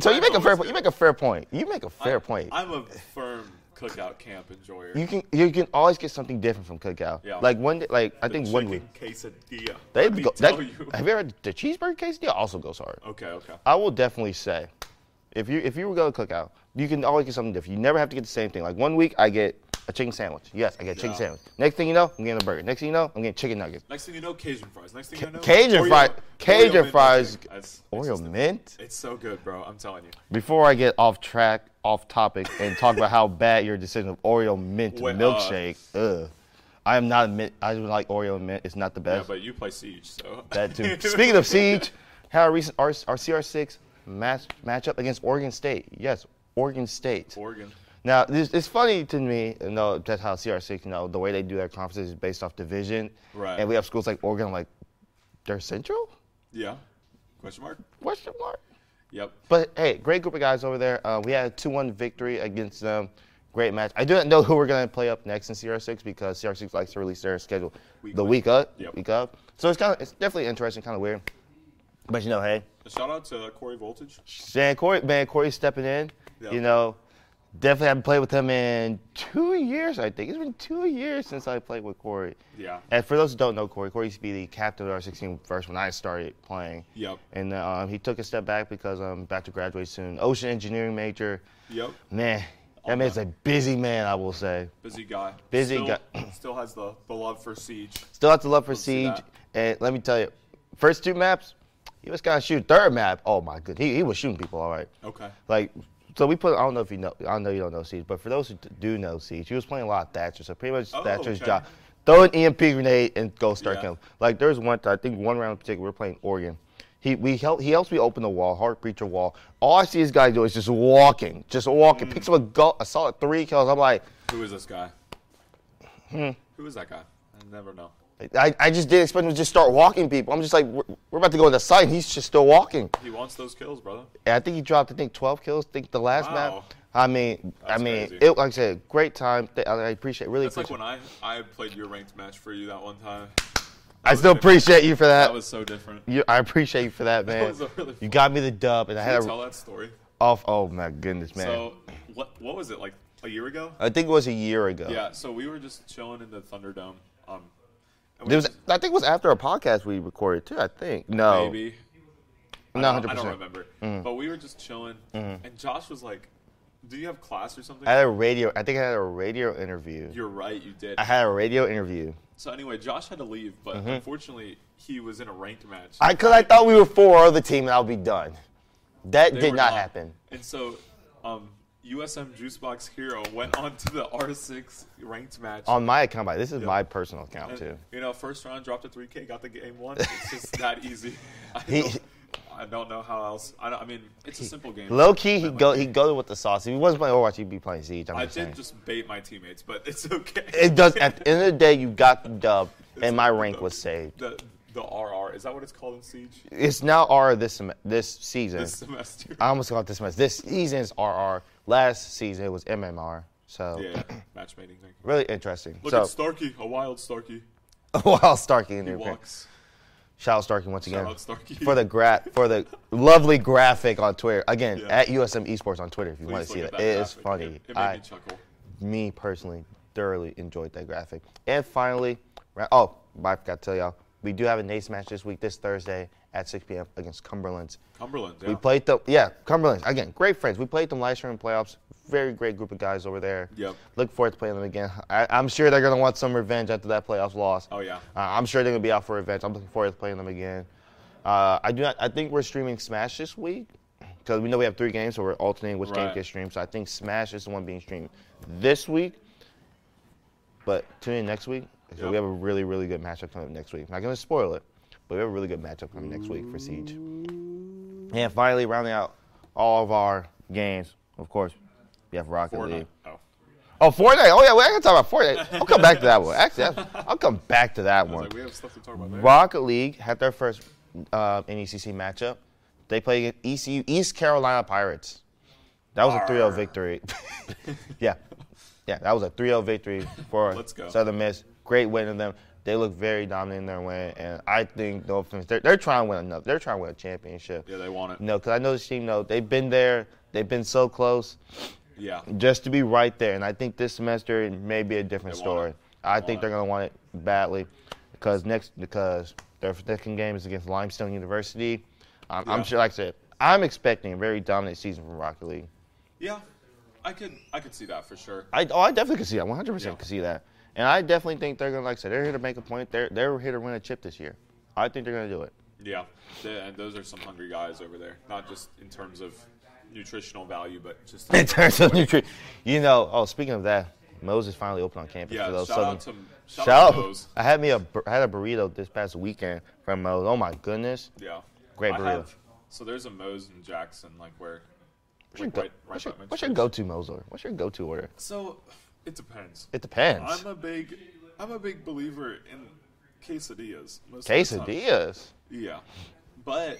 [SPEAKER 1] So you make a fair
[SPEAKER 2] point.
[SPEAKER 1] point. You make a fair point. You make a fair point.
[SPEAKER 2] I'm a firm cookout camp enjoyer.
[SPEAKER 1] You can you can always get something different from Cookout.
[SPEAKER 2] Yeah.
[SPEAKER 1] Like one day, like I think one week.
[SPEAKER 2] Chicken quesadilla.
[SPEAKER 1] They
[SPEAKER 2] Let me
[SPEAKER 1] go,
[SPEAKER 2] tell
[SPEAKER 1] that,
[SPEAKER 2] you.
[SPEAKER 1] Have you ever had the cheeseburger quesadilla? Also goes hard.
[SPEAKER 2] Okay, okay.
[SPEAKER 1] I will definitely say, if you if you were going to Cookout, you can always get something different. You never have to get the same thing. Like one week I get a chicken sandwich. Yes, I get a chicken
[SPEAKER 2] Yeah.
[SPEAKER 1] sandwich. Next thing you know, I'm getting a burger. Next thing you know, I'm getting chicken nuggets.
[SPEAKER 2] Next thing you know, Cajun fries. Next thing you know,
[SPEAKER 1] Cajun
[SPEAKER 2] Oreo-
[SPEAKER 1] fries,
[SPEAKER 2] Oreo
[SPEAKER 1] Cajun
[SPEAKER 2] mint
[SPEAKER 1] fries,
[SPEAKER 2] dressing. That's- it's
[SPEAKER 1] Oreo
[SPEAKER 2] just a-
[SPEAKER 1] mint.
[SPEAKER 2] It's so good, bro. I'm telling you.
[SPEAKER 1] Before I get off track, off topic, and talk about how bad your decision of Oreo mint
[SPEAKER 2] Wait, uh,
[SPEAKER 1] milkshake. ugh. I am not a mint. I don't like Oreo mint. It's not the
[SPEAKER 2] Yeah,
[SPEAKER 1] best.
[SPEAKER 2] but you play Siege, so.
[SPEAKER 1] That too. Speaking of Siege, had a recent our, our CR6 match matchup against Oregon State. Yes, Oregon State.
[SPEAKER 2] Oregon.
[SPEAKER 1] Now, this, it's funny to me, you know, that's how CR6, you know, the way they do their conferences is based off division.
[SPEAKER 2] Right.
[SPEAKER 1] And we have schools like Oregon, I'm like, they're Central?
[SPEAKER 2] Yeah. Question mark?
[SPEAKER 1] Question mark?
[SPEAKER 2] Yep.
[SPEAKER 1] But hey, great group of guys over there. Uh, we had a 2 1 victory against them. Great match. I do not know who we're going to play up next in CR6 because CR6 likes to release their schedule
[SPEAKER 2] Week
[SPEAKER 1] the
[SPEAKER 2] by-
[SPEAKER 1] week up.
[SPEAKER 2] Yep.
[SPEAKER 1] Week up. So it's kind of it's definitely interesting, kind of weird. But you know, hey,
[SPEAKER 2] A shout out to Corey Voltage.
[SPEAKER 1] man, Corey, man, Corey's stepping in.
[SPEAKER 2] Yeah.
[SPEAKER 1] You know, definitely haven't played with him in two years. I think it's been two years since I played with Corey.
[SPEAKER 2] Yeah.
[SPEAKER 1] And for those who don't know Corey, Corey used to be the captain of the R16 first when I started playing.
[SPEAKER 2] Yep.
[SPEAKER 1] And uh, um, he took a step back because I'm about to graduate soon. Ocean engineering major.
[SPEAKER 2] Yep.
[SPEAKER 1] Man,
[SPEAKER 2] Oh,
[SPEAKER 1] that man's a busy man, I will say.
[SPEAKER 2] Busy guy.
[SPEAKER 1] Busy
[SPEAKER 2] still,
[SPEAKER 1] guy.
[SPEAKER 2] still has the, the love for Siege.
[SPEAKER 1] Still have to love for
[SPEAKER 2] see
[SPEAKER 1] Siege.
[SPEAKER 2] that.
[SPEAKER 1] And let me tell you, first two maps, he was kind of shoot. Third map, oh my good, he, he was shooting people all right.
[SPEAKER 2] Okay.
[SPEAKER 1] Like, so we put. I don't know if you know. I know you don't know Siege, but for those who d- do know Siege, he was playing a lot of Thatcher. So pretty much
[SPEAKER 2] Oh,
[SPEAKER 1] Thatcher's
[SPEAKER 2] okay.
[SPEAKER 1] job. Throw an EMP grenade and go start
[SPEAKER 2] Yeah.
[SPEAKER 1] killing. Like there's one. I think one round in particular, we are playing Oregon. He we help, he helps me open the wall, hard breacher wall. All I see this guy do is just walking, just walking. Picks up a, go- a solid three kills. I'm like,
[SPEAKER 2] Who is this guy?
[SPEAKER 1] Hmm.
[SPEAKER 2] Who is that guy? I never know.
[SPEAKER 1] I, I just didn't expect him to just start walking people. I'm just like, we're, we're about to go to the site, and he's just still walking.
[SPEAKER 2] He wants those kills, brother.
[SPEAKER 1] And I think he dropped, I think, 12 kills. I think the last
[SPEAKER 2] Wow.
[SPEAKER 1] map. I mean,
[SPEAKER 2] That's
[SPEAKER 1] I mean,
[SPEAKER 2] crazy.
[SPEAKER 1] it, like I said, great time. Th- I, I appreciate, really
[SPEAKER 2] That's like
[SPEAKER 1] appreciate.
[SPEAKER 2] when I, I played your ranked match for you that one time.
[SPEAKER 1] I still appreciate you for that.
[SPEAKER 2] That was so different.
[SPEAKER 1] you, I appreciate you for that, man.
[SPEAKER 2] was a really
[SPEAKER 1] you
[SPEAKER 2] fun-
[SPEAKER 1] got me the dub, and I
[SPEAKER 2] Can
[SPEAKER 1] had
[SPEAKER 2] you tell
[SPEAKER 1] a
[SPEAKER 2] that story?
[SPEAKER 1] off. Oh my goodness, man!
[SPEAKER 2] So, what what was it like a year ago?
[SPEAKER 1] I think it was a year ago.
[SPEAKER 2] Yeah. So we were just chilling in the Thunderdome. Um, and we
[SPEAKER 1] It was,
[SPEAKER 2] just-
[SPEAKER 1] I think it was after a podcast we recorded too. I think no,
[SPEAKER 2] maybe. I
[SPEAKER 1] not
[SPEAKER 2] don't-
[SPEAKER 1] 100.
[SPEAKER 2] I don't
[SPEAKER 1] Oh, percent Mm. Mm-hmm.
[SPEAKER 2] remember. But we were just chilling, and Josh was like, "Do you have class or something?"
[SPEAKER 1] I had a radio. I think I had a radio interview.
[SPEAKER 2] You're right, you did.
[SPEAKER 1] I had a radio interview.
[SPEAKER 2] So anyway, Josh had to leave, but unfortunately, he was in a ranked match.
[SPEAKER 1] I because I thought we were four of the team and I'll be done. That
[SPEAKER 2] They
[SPEAKER 1] did
[SPEAKER 2] were
[SPEAKER 1] not happen.
[SPEAKER 2] And so, um, USM Juicebox Hero went on to the R6 ranked match.
[SPEAKER 1] On my account, by this is my personal
[SPEAKER 2] And,
[SPEAKER 1] account too.
[SPEAKER 2] You know, first round dropped a 3K, got the game one. It's just that easy. I
[SPEAKER 1] He-
[SPEAKER 2] don't, I don't know how else. I, don't, I mean, it's a simple game.
[SPEAKER 1] Low key, he go he go with the sauce. If he wasn't playing Overwatch, he'd be playing Siege. I'm
[SPEAKER 2] I
[SPEAKER 1] just saying.
[SPEAKER 2] did just bait my teammates, but it's okay.
[SPEAKER 1] it does. At the end of the day, you got the dub, and my rank was saved.
[SPEAKER 2] the the RR is that what it's called in Siege
[SPEAKER 1] It's now R this sem- this season.
[SPEAKER 2] this semester?
[SPEAKER 1] I almost called it this much. This season is RR. Last season it was MMR. So
[SPEAKER 2] yeah, matchmaking thing.
[SPEAKER 1] really interesting.
[SPEAKER 2] Look at
[SPEAKER 1] so
[SPEAKER 2] Starkey, a wild Starkey.
[SPEAKER 1] while Starkey in
[SPEAKER 2] He
[SPEAKER 1] there,
[SPEAKER 2] walks.
[SPEAKER 1] shout out Starkey once again.
[SPEAKER 2] Shout out Starkey.
[SPEAKER 1] for the gra- for the lovely graphic on Twitter. Again,
[SPEAKER 2] Yeah.
[SPEAKER 1] at USM Esports on Twitter if you
[SPEAKER 2] Please
[SPEAKER 1] want to see
[SPEAKER 2] look
[SPEAKER 1] that.
[SPEAKER 2] at
[SPEAKER 1] It is
[SPEAKER 2] graphic.
[SPEAKER 1] funny.
[SPEAKER 2] It, it made
[SPEAKER 1] I
[SPEAKER 2] me chuckle.
[SPEAKER 1] me personally thoroughly enjoyed that graphic. And finally, ra- oh, I forgot to tell y'all, we do have a NACE match this week, this Thursday at 6 p.m. against Cumberland's.
[SPEAKER 2] Cumberland. Yeah.
[SPEAKER 1] We played them, yeah, Cumberland's. Again, great friends. We played them last year in playoffs. Very great group of guys over there.
[SPEAKER 2] Yep.
[SPEAKER 1] Look forward to playing them again. I, I'm sure they're going to want some revenge after that playoffs loss.
[SPEAKER 2] Oh, yeah.
[SPEAKER 1] Uh, I'm sure they're gonna be out for revenge. I'm looking forward to playing them again. Uh, I do not. I think we're streaming Smash this week because we know we have three games, so we're alternating which game
[SPEAKER 2] Right.
[SPEAKER 1] gets streamed. So I think Smash is the one being streamed this week. But tune in next week. 'cause
[SPEAKER 2] Yep.
[SPEAKER 1] We have a really, really good matchup coming up next week. not gonna spoil it, but we have a really good matchup coming next week for Siege. And finally, rounding out all of our games, of course, we have Rocket
[SPEAKER 2] Fortnite.
[SPEAKER 1] League.
[SPEAKER 2] Oh.
[SPEAKER 1] Oh, Fortnite. Oh yeah, we I can talk about Fortnite. I'll come back to that one. Actually, that's- I'll come back to that
[SPEAKER 2] I was
[SPEAKER 1] one.
[SPEAKER 2] like, we have stuff to talk about there.
[SPEAKER 1] Rocket League had their first uh, NECC matchup. They played against ECU East Carolina Pirates. That was a 3-0
[SPEAKER 2] Arr.
[SPEAKER 1] victory. yeah, yeah, that was a 3-0 victory for
[SPEAKER 2] Let's go.
[SPEAKER 1] Southern Miss. Great win of them. They look very dominant in their win, and I think no offense, they're, they're trying to win another. They're trying to win a championship.
[SPEAKER 2] Yeah, they want it.
[SPEAKER 1] No, because I know this team. No, they've been there. They've been so close
[SPEAKER 2] Yeah.
[SPEAKER 1] just to be right there. And I think this semester it may be a different
[SPEAKER 2] They want
[SPEAKER 1] story.
[SPEAKER 2] it.
[SPEAKER 1] I
[SPEAKER 2] They
[SPEAKER 1] think
[SPEAKER 2] want
[SPEAKER 1] they're going to want it badly because next because their second game is against Limestone University. I'm,
[SPEAKER 2] Yeah.
[SPEAKER 1] I'm sure, like I said, I'm expecting a very dominant season from Rocket League.
[SPEAKER 2] Yeah. I could I could see that for sure.
[SPEAKER 1] I oh, I definitely can see that. 100
[SPEAKER 2] Yeah.
[SPEAKER 1] percent can see that. And I definitely think they're going to like I said, they're here to make a point. They're they're here to win a chip this year. I think they're going to do it.
[SPEAKER 2] Yeah. They, and those are some hungry guys over there. Not just in terms of nutritional value, but just
[SPEAKER 1] In terms of nutrition, you know. Oh, speaking of that, Moses finally opened on campus
[SPEAKER 2] Yeah,
[SPEAKER 1] for those
[SPEAKER 2] shout
[SPEAKER 1] Southern.
[SPEAKER 2] out to shout,
[SPEAKER 1] Shout
[SPEAKER 2] out
[SPEAKER 1] out.
[SPEAKER 2] to those.
[SPEAKER 1] I had me a bur- I had a burrito this past weekend from Moe's. Oh my goodness.
[SPEAKER 2] Yeah.
[SPEAKER 1] Great
[SPEAKER 2] I
[SPEAKER 1] burrito.
[SPEAKER 2] have, so there's a Moe's in Jackson, like where
[SPEAKER 1] What's your,
[SPEAKER 2] like,
[SPEAKER 1] go-
[SPEAKER 2] right, right
[SPEAKER 1] what's your,
[SPEAKER 2] by
[SPEAKER 1] what's your
[SPEAKER 2] Men's
[SPEAKER 1] go-to Moe's order? What's your go-to order?
[SPEAKER 2] Church. So it depends.
[SPEAKER 1] It depends.
[SPEAKER 2] I'm a big I'm a big believer in quesadillas. Most of the time.
[SPEAKER 1] Quesadillas.
[SPEAKER 2] Yeah, but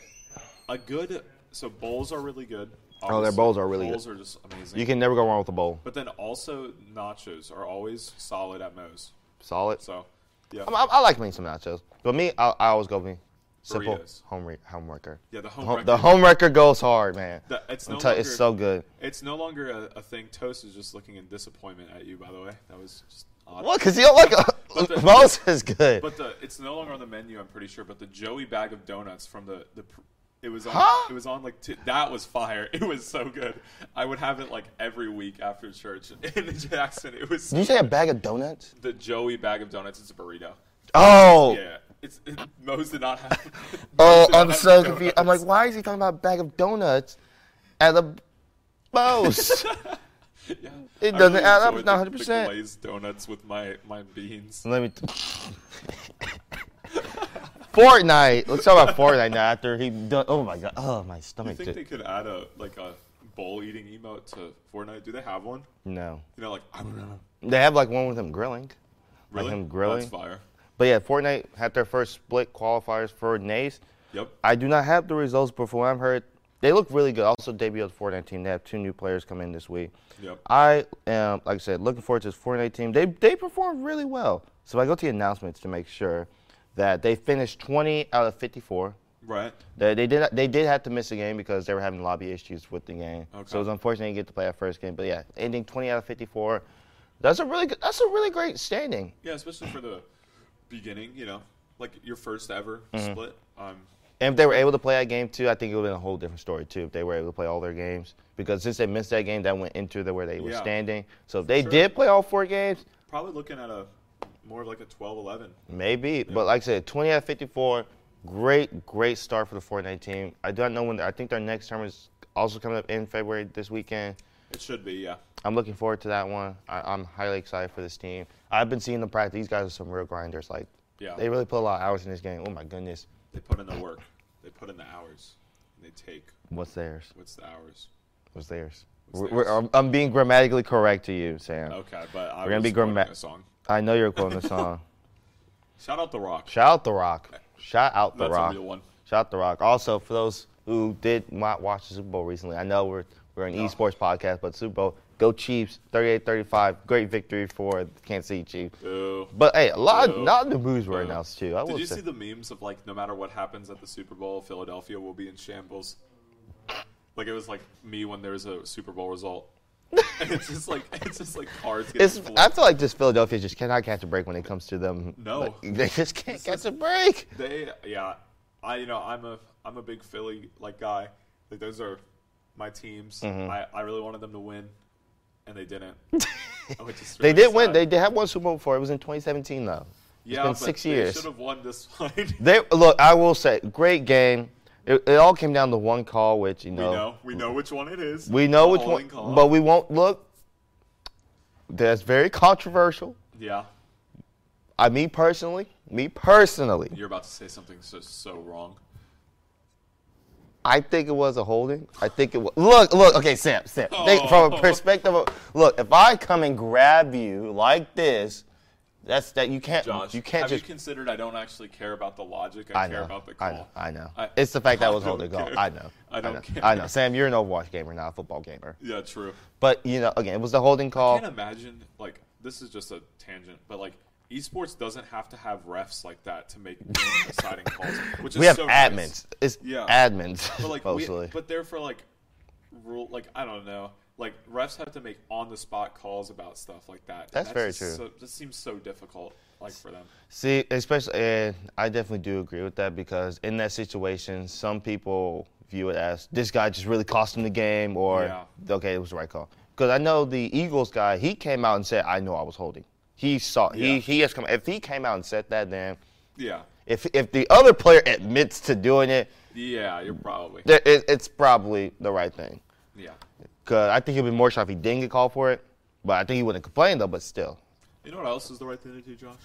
[SPEAKER 2] a good so bowls are really good.
[SPEAKER 1] Oh, their bowls are really good.
[SPEAKER 2] bowls are just amazing.
[SPEAKER 1] You can never go wrong with a bowl.
[SPEAKER 2] but then also nachos are always solid at Moe's.
[SPEAKER 1] Solid.
[SPEAKER 2] So Yeah.
[SPEAKER 1] I'm- I, I like me some nachos, but me, I, I always go with me. Simple
[SPEAKER 2] Burritos.
[SPEAKER 1] home re- homewrecker.
[SPEAKER 2] Yeah, the home
[SPEAKER 1] Home,
[SPEAKER 2] wrecker-
[SPEAKER 1] the homewrecker goes hard, man.
[SPEAKER 2] The- it's
[SPEAKER 1] I'm
[SPEAKER 2] no
[SPEAKER 1] tell- it's
[SPEAKER 2] longer-
[SPEAKER 1] so good.
[SPEAKER 2] It's no longer a, a thing. Toast is just looking in disappointment at you. By the way, that was just odd.
[SPEAKER 1] What? Cause you don't like
[SPEAKER 2] But the-
[SPEAKER 1] Mo's is good.
[SPEAKER 2] But the it's no longer on the menu. I'm pretty sure. But the Joey bag of donuts from the the pr- it was on
[SPEAKER 1] Huh?
[SPEAKER 2] it was on like t- that was fire. It was so good. I would have it like every week after church in Jackson. It was
[SPEAKER 1] Did you say a bag of donuts?
[SPEAKER 2] the Joey bag of donuts. It's a burrito.
[SPEAKER 1] Oh,
[SPEAKER 2] Yeah, it's it, Moe's did not have. Moe's
[SPEAKER 1] oh,
[SPEAKER 2] did not
[SPEAKER 1] I'm
[SPEAKER 2] have
[SPEAKER 1] so confused. I'm like,
[SPEAKER 2] donuts.
[SPEAKER 1] why is he talking about a bag of donuts at the Mo's?
[SPEAKER 2] Yeah.
[SPEAKER 1] It
[SPEAKER 2] I
[SPEAKER 1] doesn't
[SPEAKER 2] really
[SPEAKER 1] add up.
[SPEAKER 2] enjoyed
[SPEAKER 1] It's not
[SPEAKER 2] the-
[SPEAKER 1] 100%.
[SPEAKER 2] The glazed donuts with my my beans.
[SPEAKER 1] Let me. Fortnite. Let's talk about Fortnite now. After he done. Oh my god. Oh my
[SPEAKER 2] Do you
[SPEAKER 1] stomach.
[SPEAKER 2] think
[SPEAKER 1] just-
[SPEAKER 2] they could add a like a bowl eating emote to Fortnite? Do they have one?
[SPEAKER 1] no.
[SPEAKER 2] You know, like I don't know.
[SPEAKER 1] They have like one with him grilling.
[SPEAKER 2] Really?
[SPEAKER 1] him grilling?
[SPEAKER 2] That's fire.
[SPEAKER 1] But yeah, Fortnite had their first split qualifiers for Nace.
[SPEAKER 2] Yep.
[SPEAKER 1] I do not have the results, but from what I've heard, they look really good. Also, debut of the Fortnite team. They have two new players come in this week.
[SPEAKER 2] Yep.
[SPEAKER 1] I am, like I said, looking forward to this Fortnite team. They they performed really well. So I go to the announcements to make sure that they finished 20 out of 54.
[SPEAKER 2] Right.
[SPEAKER 1] They, they did they did have to miss a game because they were having lobby issues with the game.
[SPEAKER 2] Okay.
[SPEAKER 1] So it was unfortunate they didn't get to play our first game. But yeah, ending 20 out of 54. That's a really good, that's a really great standing.
[SPEAKER 2] Yeah, especially for the beginning. You know, like your first ever
[SPEAKER 1] Mm-hmm.
[SPEAKER 2] split. Um,
[SPEAKER 1] And if they were able to play that game too, I think it would have been a whole different story too. If they were able to play all their games, because since they missed that game, that went into the where they were
[SPEAKER 2] Yeah.
[SPEAKER 1] standing. So if they
[SPEAKER 2] Sure.
[SPEAKER 1] did play all four games,
[SPEAKER 2] probably looking at a more of like a 12-11.
[SPEAKER 1] maybe. But like I said, 20 out of 54, great, great start for the Fortnite team. I don't know when. I think their next term is also coming up in February this weekend.
[SPEAKER 2] It should be. Yeah.
[SPEAKER 1] I'm looking forward to that one. I, I'm highly excited for this team. I've been seeing them practice. These guys are some real grinders. Like,
[SPEAKER 2] Yeah.
[SPEAKER 1] they really put a lot of hours in this game. Oh my goodness,
[SPEAKER 2] They put in the work. They put in the hours. And they take
[SPEAKER 1] what's theirs?
[SPEAKER 2] what's the hours.
[SPEAKER 1] What's theirs?
[SPEAKER 2] What's
[SPEAKER 1] We're- we're-
[SPEAKER 2] theirs?
[SPEAKER 1] I'm, I'm being grammatically correct to you, Sam.
[SPEAKER 2] Okay, but I
[SPEAKER 1] We're gonna
[SPEAKER 2] was
[SPEAKER 1] be
[SPEAKER 2] quoting
[SPEAKER 1] gramma-
[SPEAKER 2] a song.
[SPEAKER 1] I know you're quoting the song.
[SPEAKER 2] Shout out the Rock.
[SPEAKER 1] Shout out The Rock. Shout out The
[SPEAKER 2] That's
[SPEAKER 1] Rock.
[SPEAKER 2] a real one.
[SPEAKER 1] Shout out The Rock. Also, for those who did not watch the Super Bowl recently, I know we're, we're an
[SPEAKER 2] No.
[SPEAKER 1] esports podcast, but Super Bowl, go Chiefs, 38 35. Great victory for the Kansas City Chiefs.
[SPEAKER 2] Boo.
[SPEAKER 1] But hey, a lot,
[SPEAKER 2] Boo.
[SPEAKER 1] of, lot of the moves were
[SPEAKER 2] Boo.
[SPEAKER 1] announced too. I
[SPEAKER 2] Did
[SPEAKER 1] will
[SPEAKER 2] you
[SPEAKER 1] say.
[SPEAKER 2] see the memes of like no matter what happens at the Super Bowl, Philadelphia will be in shambles? Like it was like me when there was a Super Bowl result. it's just like it's just like cards getting
[SPEAKER 1] it's,
[SPEAKER 2] flipped.
[SPEAKER 1] I feel like just Philadelphia just cannot catch a break when it comes to them.
[SPEAKER 2] No.
[SPEAKER 1] Like, they just can't catch a break.
[SPEAKER 2] They yeah, I you know I'm a I'm a big Philly like guy. Like those are my teams.
[SPEAKER 1] Mm-hmm.
[SPEAKER 2] I, I really wanted them to win, and they didn't. which is
[SPEAKER 1] They
[SPEAKER 2] really
[SPEAKER 1] did win.
[SPEAKER 2] sad.
[SPEAKER 1] They did have one Super Bowl before. It was in 2017 though.
[SPEAKER 2] yeah,
[SPEAKER 1] been
[SPEAKER 2] but
[SPEAKER 1] six
[SPEAKER 2] they
[SPEAKER 1] years.
[SPEAKER 2] should have won this one.
[SPEAKER 1] They look. I will say, great game. It, it all came down to one call, which you
[SPEAKER 2] We
[SPEAKER 1] know
[SPEAKER 2] know. We know which one it is.
[SPEAKER 1] we know
[SPEAKER 2] The
[SPEAKER 1] which
[SPEAKER 2] holding
[SPEAKER 1] one,
[SPEAKER 2] call.
[SPEAKER 1] but we won't look. That's very controversial.
[SPEAKER 2] yeah,
[SPEAKER 1] I, me personally, me personally,
[SPEAKER 2] you're about to say something so so wrong.
[SPEAKER 1] I think it was a holding. I think it was. Look, look. Okay, Sam, Sam. Think from a
[SPEAKER 2] Oh.
[SPEAKER 1] perspective of look, if I come and grab you like this, that's that you can't.
[SPEAKER 2] Josh,
[SPEAKER 1] you can't
[SPEAKER 2] have
[SPEAKER 1] just.
[SPEAKER 2] you considered I don't actually care about the logic. I,
[SPEAKER 1] I
[SPEAKER 2] care
[SPEAKER 1] know.
[SPEAKER 2] about the call.
[SPEAKER 1] I know. I know.
[SPEAKER 2] I-
[SPEAKER 1] it's the fact that
[SPEAKER 2] I
[SPEAKER 1] was
[SPEAKER 2] don't
[SPEAKER 1] holding goal.
[SPEAKER 2] care.
[SPEAKER 1] I know.
[SPEAKER 2] I don't
[SPEAKER 1] know.
[SPEAKER 2] care.
[SPEAKER 1] I know. Sam, you're an Overwatch gamer, not a football gamer.
[SPEAKER 2] Yeah, true.
[SPEAKER 1] But you know, again, it was the holding
[SPEAKER 2] I
[SPEAKER 1] call.
[SPEAKER 2] can't imagine like this is just a tangent, but like esports doesn't have to have refs like that to make deciding calls, which is
[SPEAKER 1] We have
[SPEAKER 2] so nice.
[SPEAKER 1] admins. It's
[SPEAKER 2] Yeah.
[SPEAKER 1] admins
[SPEAKER 2] But like,
[SPEAKER 1] mostly.
[SPEAKER 2] we, but they're for like rule. Like I don't know. Like refs have to make on the spot calls about stuff like that.
[SPEAKER 1] That's very
[SPEAKER 2] just
[SPEAKER 1] true.
[SPEAKER 2] So, that seems so difficult, like for them.
[SPEAKER 1] See, especially, and I definitely do agree with that because in that situation, some people view it as this guy just really cost him the game, or
[SPEAKER 2] Yeah.
[SPEAKER 1] okay, it was the right call. Because I know the Eagles guy, he came out and said, "I know I was holding." He saw.
[SPEAKER 2] Yeah.
[SPEAKER 1] He he has come. If he came out and said that, then
[SPEAKER 2] Yeah,
[SPEAKER 1] if if the other player admits to doing it,
[SPEAKER 2] yeah,
[SPEAKER 1] Mm.
[SPEAKER 2] you're probably
[SPEAKER 1] there, it it's probably the right thing.
[SPEAKER 2] yeah.
[SPEAKER 1] Cause I think he'd be more shocked if he didn't get called for it. But I think he wouldn't complain though. But still,
[SPEAKER 2] You know what else is the right thing to do, Josh?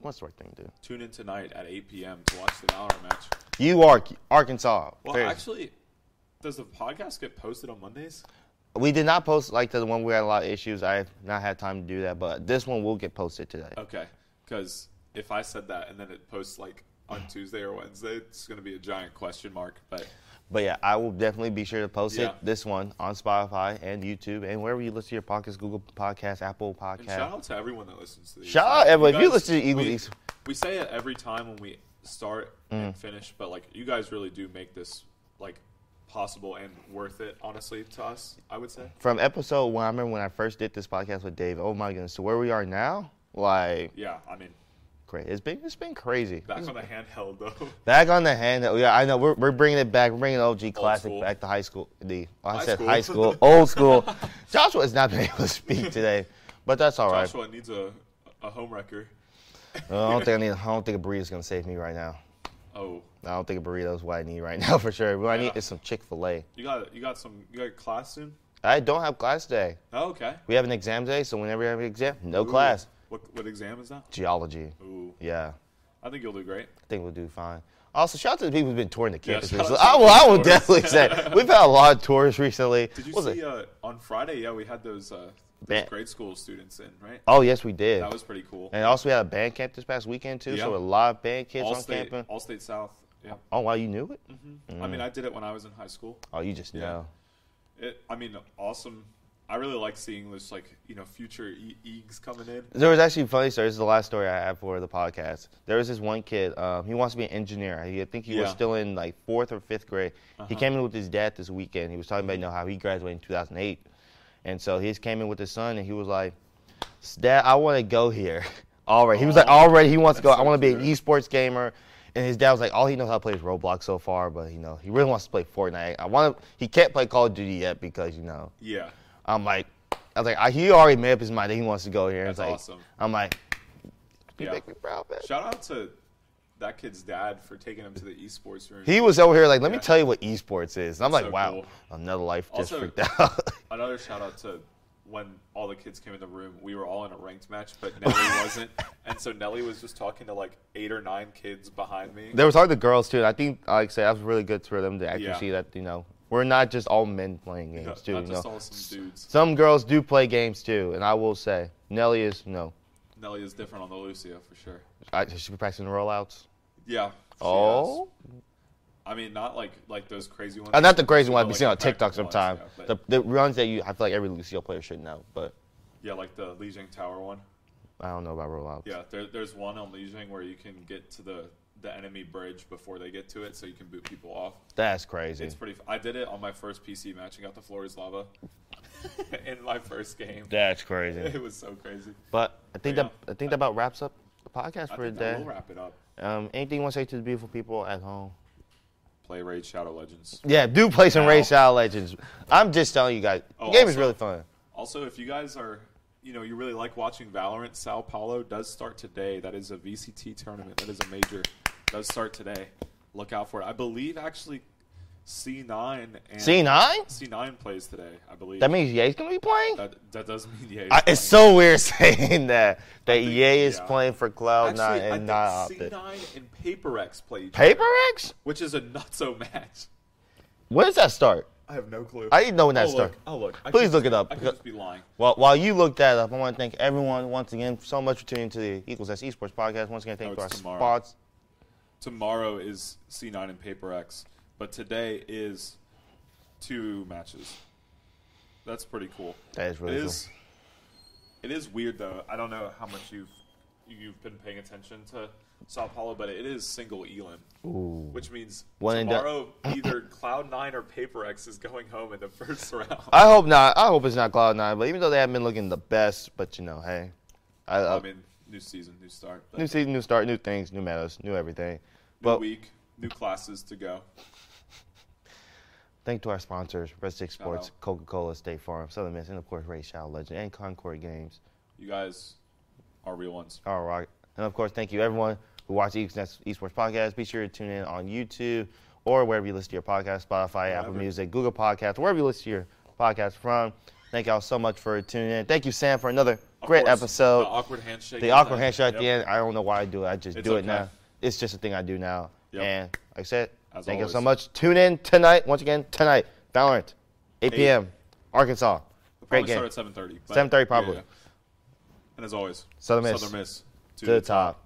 [SPEAKER 1] what's the right thing to do?
[SPEAKER 2] Tune in tonight at 8 p.m. to watch the Valorant match.
[SPEAKER 1] You are Arkansas.
[SPEAKER 2] Well,
[SPEAKER 1] Fair.
[SPEAKER 2] actually, does the podcast get posted on Mondays?
[SPEAKER 1] we did not post like the one we had a lot of issues. I've not had time to do that, but this one will get posted today.
[SPEAKER 2] Okay, because if I said that and then it posts like on Tuesday or Wednesday, it's going to be a giant question mark. But
[SPEAKER 1] But yeah, I will definitely be sure to post
[SPEAKER 2] Yeah.
[SPEAKER 1] it. This one on Spotify and YouTube and wherever you listen to your podcasts, Google Podcasts, Apple
[SPEAKER 2] and shout
[SPEAKER 1] Podcasts.
[SPEAKER 2] out to everyone that listens to these.
[SPEAKER 1] Shout out everyone. If you
[SPEAKER 2] guys-
[SPEAKER 1] listen to Eagles
[SPEAKER 2] we-
[SPEAKER 1] East- Mm.
[SPEAKER 2] we say it every time when we start and finish, but like you guys really do make this like possible and worth it. Honestly, to us, I would say.
[SPEAKER 1] From episode one, I remember when I first did this podcast with Dave. Oh my goodness! To where we are now, like
[SPEAKER 2] Yeah, I mean,
[SPEAKER 1] great. It's been it's been crazy.
[SPEAKER 2] back on the handheld though.
[SPEAKER 1] Back on the hand, Oh, yeah, I know. We're, we're bringing it back. We're bringing OG Classic
[SPEAKER 2] school.
[SPEAKER 1] back to high school. The oh, I
[SPEAKER 2] High
[SPEAKER 1] said
[SPEAKER 2] school.
[SPEAKER 1] high school, old school. Joshua has not been able to speak today, but that's all right.
[SPEAKER 2] Joshua needs a a homewrecker.
[SPEAKER 1] I don't think I need. I don't think a burrito's gonna save me right now.
[SPEAKER 2] Oh,
[SPEAKER 1] I don't think a burrito's what I need right now for sure. What I
[SPEAKER 2] Yeah.
[SPEAKER 1] need is some Chick Fil A.
[SPEAKER 2] you got you got some you got class soon.
[SPEAKER 1] I don't have class today.
[SPEAKER 2] Oh, okay.
[SPEAKER 1] We have an exam day, so whenever you have an exam, no
[SPEAKER 2] Ooh.
[SPEAKER 1] class.
[SPEAKER 2] What what exam is that?
[SPEAKER 1] Geology.
[SPEAKER 2] Ooh,
[SPEAKER 1] Yeah,
[SPEAKER 2] I think you'll do great.
[SPEAKER 1] I think we'll do fine. Also, shout out to the people who've been touring the
[SPEAKER 2] Yeah,
[SPEAKER 1] campuses.
[SPEAKER 2] shout out
[SPEAKER 1] I,
[SPEAKER 2] to
[SPEAKER 1] will, I
[SPEAKER 2] the
[SPEAKER 1] will
[SPEAKER 2] tourists.
[SPEAKER 1] definitely say we've had a lot of tours recently.
[SPEAKER 2] Did you
[SPEAKER 1] What was
[SPEAKER 2] see
[SPEAKER 1] it?
[SPEAKER 2] uh, on Friday? Yeah, we had those, uh, those
[SPEAKER 1] Ba-
[SPEAKER 2] grade school students in, right?
[SPEAKER 1] Oh yes, we did.
[SPEAKER 2] That was pretty cool.
[SPEAKER 1] And also, we had a band camp this past weekend too, so a
[SPEAKER 2] Yeah.
[SPEAKER 1] lot of band kids
[SPEAKER 2] All
[SPEAKER 1] on
[SPEAKER 2] state,
[SPEAKER 1] campus. Mm.
[SPEAKER 2] all state South. Yeah.
[SPEAKER 1] Oh wow, you knew it?
[SPEAKER 2] I mean, I did it when I was in high school.
[SPEAKER 1] Oh, you just know.
[SPEAKER 2] It, I mean, awesome. I really like seeing this, like you know, future e- eags coming in.
[SPEAKER 1] There was actually a funny story. This is the last story I have for the podcast. There was this one kid. Um, he wants to be an engineer. He, I think he was
[SPEAKER 2] Yeah. Uh-huh.
[SPEAKER 1] still in like fourth or fifth grade. He came in with his dad this weekend. He was talking about you know how he graduated in 2008, and so he just came in with his son, and he was like, "S- "Dad, I want to go here." Already, he was like,
[SPEAKER 2] Aw,
[SPEAKER 1] "Already, he wants to go.
[SPEAKER 2] Oh, that's
[SPEAKER 1] I
[SPEAKER 2] so
[SPEAKER 1] want to be an
[SPEAKER 2] cute.
[SPEAKER 1] esports gamer." And his dad was like, "All he knows how to play is Roblox so far, but you know he really wants to play Fortnite. I want to. He can't play Call of Duty yet because you know."
[SPEAKER 2] Yeah.
[SPEAKER 1] I'm like, I was like, I, he already made up his mind that he wants to go here. It's
[SPEAKER 2] That's
[SPEAKER 1] like,
[SPEAKER 2] awesome.
[SPEAKER 1] I'm like, you
[SPEAKER 2] Yeah.
[SPEAKER 1] make me proud, man.
[SPEAKER 2] Shout out to that kid's dad for taking him to the esports room.
[SPEAKER 1] He was over here like, let me
[SPEAKER 2] Yeah.
[SPEAKER 1] tell you what esports is. And I'm like,
[SPEAKER 2] So
[SPEAKER 1] wow,
[SPEAKER 2] cool.
[SPEAKER 1] another life just
[SPEAKER 2] Also-
[SPEAKER 1] freaked out.
[SPEAKER 2] Another shout out to when all the kids came in the room. We were all in a ranked match, but Nelly wasn't, and so Nelly was just talking to like eight or nine kids behind me.
[SPEAKER 1] there was hard the girls too. And I think, like I said, that was really good for them to actually
[SPEAKER 2] Yeah.
[SPEAKER 1] see that you know we're not just all men playing games
[SPEAKER 2] Yeah,
[SPEAKER 1] too.
[SPEAKER 2] not
[SPEAKER 1] you
[SPEAKER 2] just
[SPEAKER 1] know?
[SPEAKER 2] all some dudes.
[SPEAKER 1] some girls do play games too, and I will say, Nelly is no.
[SPEAKER 2] Nelly is different on the Lucio for sure.
[SPEAKER 1] I, should be practicing the rollouts.
[SPEAKER 2] Yeah. she
[SPEAKER 1] Oh,
[SPEAKER 2] is. I mean, not like like those crazy ones.
[SPEAKER 1] Uh, not the crazy
[SPEAKER 2] but,
[SPEAKER 1] ones we
[SPEAKER 2] like,
[SPEAKER 1] see
[SPEAKER 2] the
[SPEAKER 1] on TikTok
[SPEAKER 2] practical ones,
[SPEAKER 1] sometimes.
[SPEAKER 2] yeah,
[SPEAKER 1] the,
[SPEAKER 2] but-
[SPEAKER 1] the runs that you, I feel like every Lucille player should know, but
[SPEAKER 2] yeah, like the Lijiang Tower one.
[SPEAKER 1] I don't know about rollouts.
[SPEAKER 2] Yeah, there, there's one on Lijiang where you can get to the the enemy bridge before they get to it, so you can boot people off.
[SPEAKER 1] That's crazy.
[SPEAKER 2] It's pretty. F- I did it on my first PC match and got the floor is lava in my first game.
[SPEAKER 1] That's crazy.
[SPEAKER 2] It was so crazy.
[SPEAKER 1] But I think
[SPEAKER 2] Yeah.
[SPEAKER 1] that I think that about wraps up the podcast
[SPEAKER 2] I
[SPEAKER 1] for
[SPEAKER 2] think that
[SPEAKER 1] today.
[SPEAKER 2] will wrap it up.
[SPEAKER 1] Um, anything you want to say to the beautiful people at home?
[SPEAKER 2] Play Raid Shadow Legends.
[SPEAKER 1] Yeah, do play some Ray
[SPEAKER 2] Now.
[SPEAKER 1] Shadow Legends. I'm just telling you guys,
[SPEAKER 2] Oh,
[SPEAKER 1] the game is
[SPEAKER 2] also-
[SPEAKER 1] really fun.
[SPEAKER 2] Also, if you guys are, you know, you really like watching Valorant, Sao Paulo does start today. That is a VCT tournament. That is a major. Does start today. Look out for it. I believe actually C9 and
[SPEAKER 1] C9?
[SPEAKER 2] C9 plays today. I believe
[SPEAKER 1] That means EA's gonna be playing.
[SPEAKER 2] that, that does mean E yeah.
[SPEAKER 1] I, it's so weird saying that that
[SPEAKER 2] think-
[SPEAKER 1] EA is
[SPEAKER 2] yeah.
[SPEAKER 1] playing for Cloud Nine
[SPEAKER 2] Actually, I
[SPEAKER 1] and
[SPEAKER 2] think
[SPEAKER 1] not Optic.
[SPEAKER 2] C9 and PaperX play each
[SPEAKER 1] Paper
[SPEAKER 2] other,
[SPEAKER 1] X?
[SPEAKER 2] which is a nutso match.
[SPEAKER 1] When does that start?
[SPEAKER 2] I have no clue.
[SPEAKER 1] I didn't know when that
[SPEAKER 2] I'll
[SPEAKER 1] started.
[SPEAKER 2] Look, I'll look. I
[SPEAKER 1] Please
[SPEAKER 2] could-
[SPEAKER 1] look it up.
[SPEAKER 2] I could just be lying.
[SPEAKER 1] Well, while you look that up, I want to thank everyone once again so much for tuning into the Equals S Esports podcast. Once again, thank
[SPEAKER 2] Oh,
[SPEAKER 1] you to our
[SPEAKER 2] it's tomorrow.
[SPEAKER 1] spots.
[SPEAKER 2] Tomorrow is C9 and Paper X, but today is two matches. That's pretty cool.
[SPEAKER 1] That is really
[SPEAKER 2] it
[SPEAKER 1] cool.
[SPEAKER 2] is. It is weird though. I don't know how much you've you've been paying attention to Sao Paulo, but it is single Elim, which means
[SPEAKER 1] One and done.
[SPEAKER 2] tomorrow either Cloud Nine or Paper X is going home in the first round.
[SPEAKER 1] I hope not. I hope it's not Cloud Nine. But even though they haven't been looking the best, but you know, hey, I,
[SPEAKER 2] I
[SPEAKER 1] uh,
[SPEAKER 2] mean, new season, new start, but
[SPEAKER 1] new season, new start, new things, new metas, new everything.
[SPEAKER 2] new
[SPEAKER 1] But
[SPEAKER 2] week, new classes to go.
[SPEAKER 1] thank to our sponsors: Red Six
[SPEAKER 2] Shout
[SPEAKER 1] Sports,
[SPEAKER 2] out.
[SPEAKER 1] Coca-Cola, State Farm, Southern Miss, and of course, Ray Shadow Legend and Concord Games.
[SPEAKER 2] You guys are real ones.
[SPEAKER 1] All right, and of course, thank you everyone who watched the Equals Esports podcast. Be sure to tune in on YouTube or wherever you listen to your podcast: Spotify, Apple
[SPEAKER 2] Whatever.
[SPEAKER 1] Music, Google Podcasts, wherever you listen to your podcast from. Thank y'all so much for tuning in. Thank you, Sam, for another
[SPEAKER 2] Of
[SPEAKER 1] great
[SPEAKER 2] course,
[SPEAKER 1] episode.
[SPEAKER 2] The awkward handshake.
[SPEAKER 1] The
[SPEAKER 2] at
[SPEAKER 1] awkward
[SPEAKER 2] the-
[SPEAKER 1] handshake at the
[SPEAKER 2] Yep.
[SPEAKER 1] end, I don't know why I do it. I just
[SPEAKER 2] It's
[SPEAKER 1] do it
[SPEAKER 2] okay.
[SPEAKER 1] now. It's just a thing I do now.
[SPEAKER 2] Yep.
[SPEAKER 1] And like I said,
[SPEAKER 2] As
[SPEAKER 1] thank you so
[SPEAKER 2] always.
[SPEAKER 1] much. Tune in tonight, once again, tonight, Valorant, 8
[SPEAKER 2] Eight.
[SPEAKER 1] p.m., Arkansas.
[SPEAKER 2] We'll
[SPEAKER 1] Great
[SPEAKER 2] probably
[SPEAKER 1] game.
[SPEAKER 2] Start at seven thirty.
[SPEAKER 1] 7:30 probably.
[SPEAKER 2] And as always,
[SPEAKER 1] Southern Miss.
[SPEAKER 2] Southern Miss
[SPEAKER 1] To the top.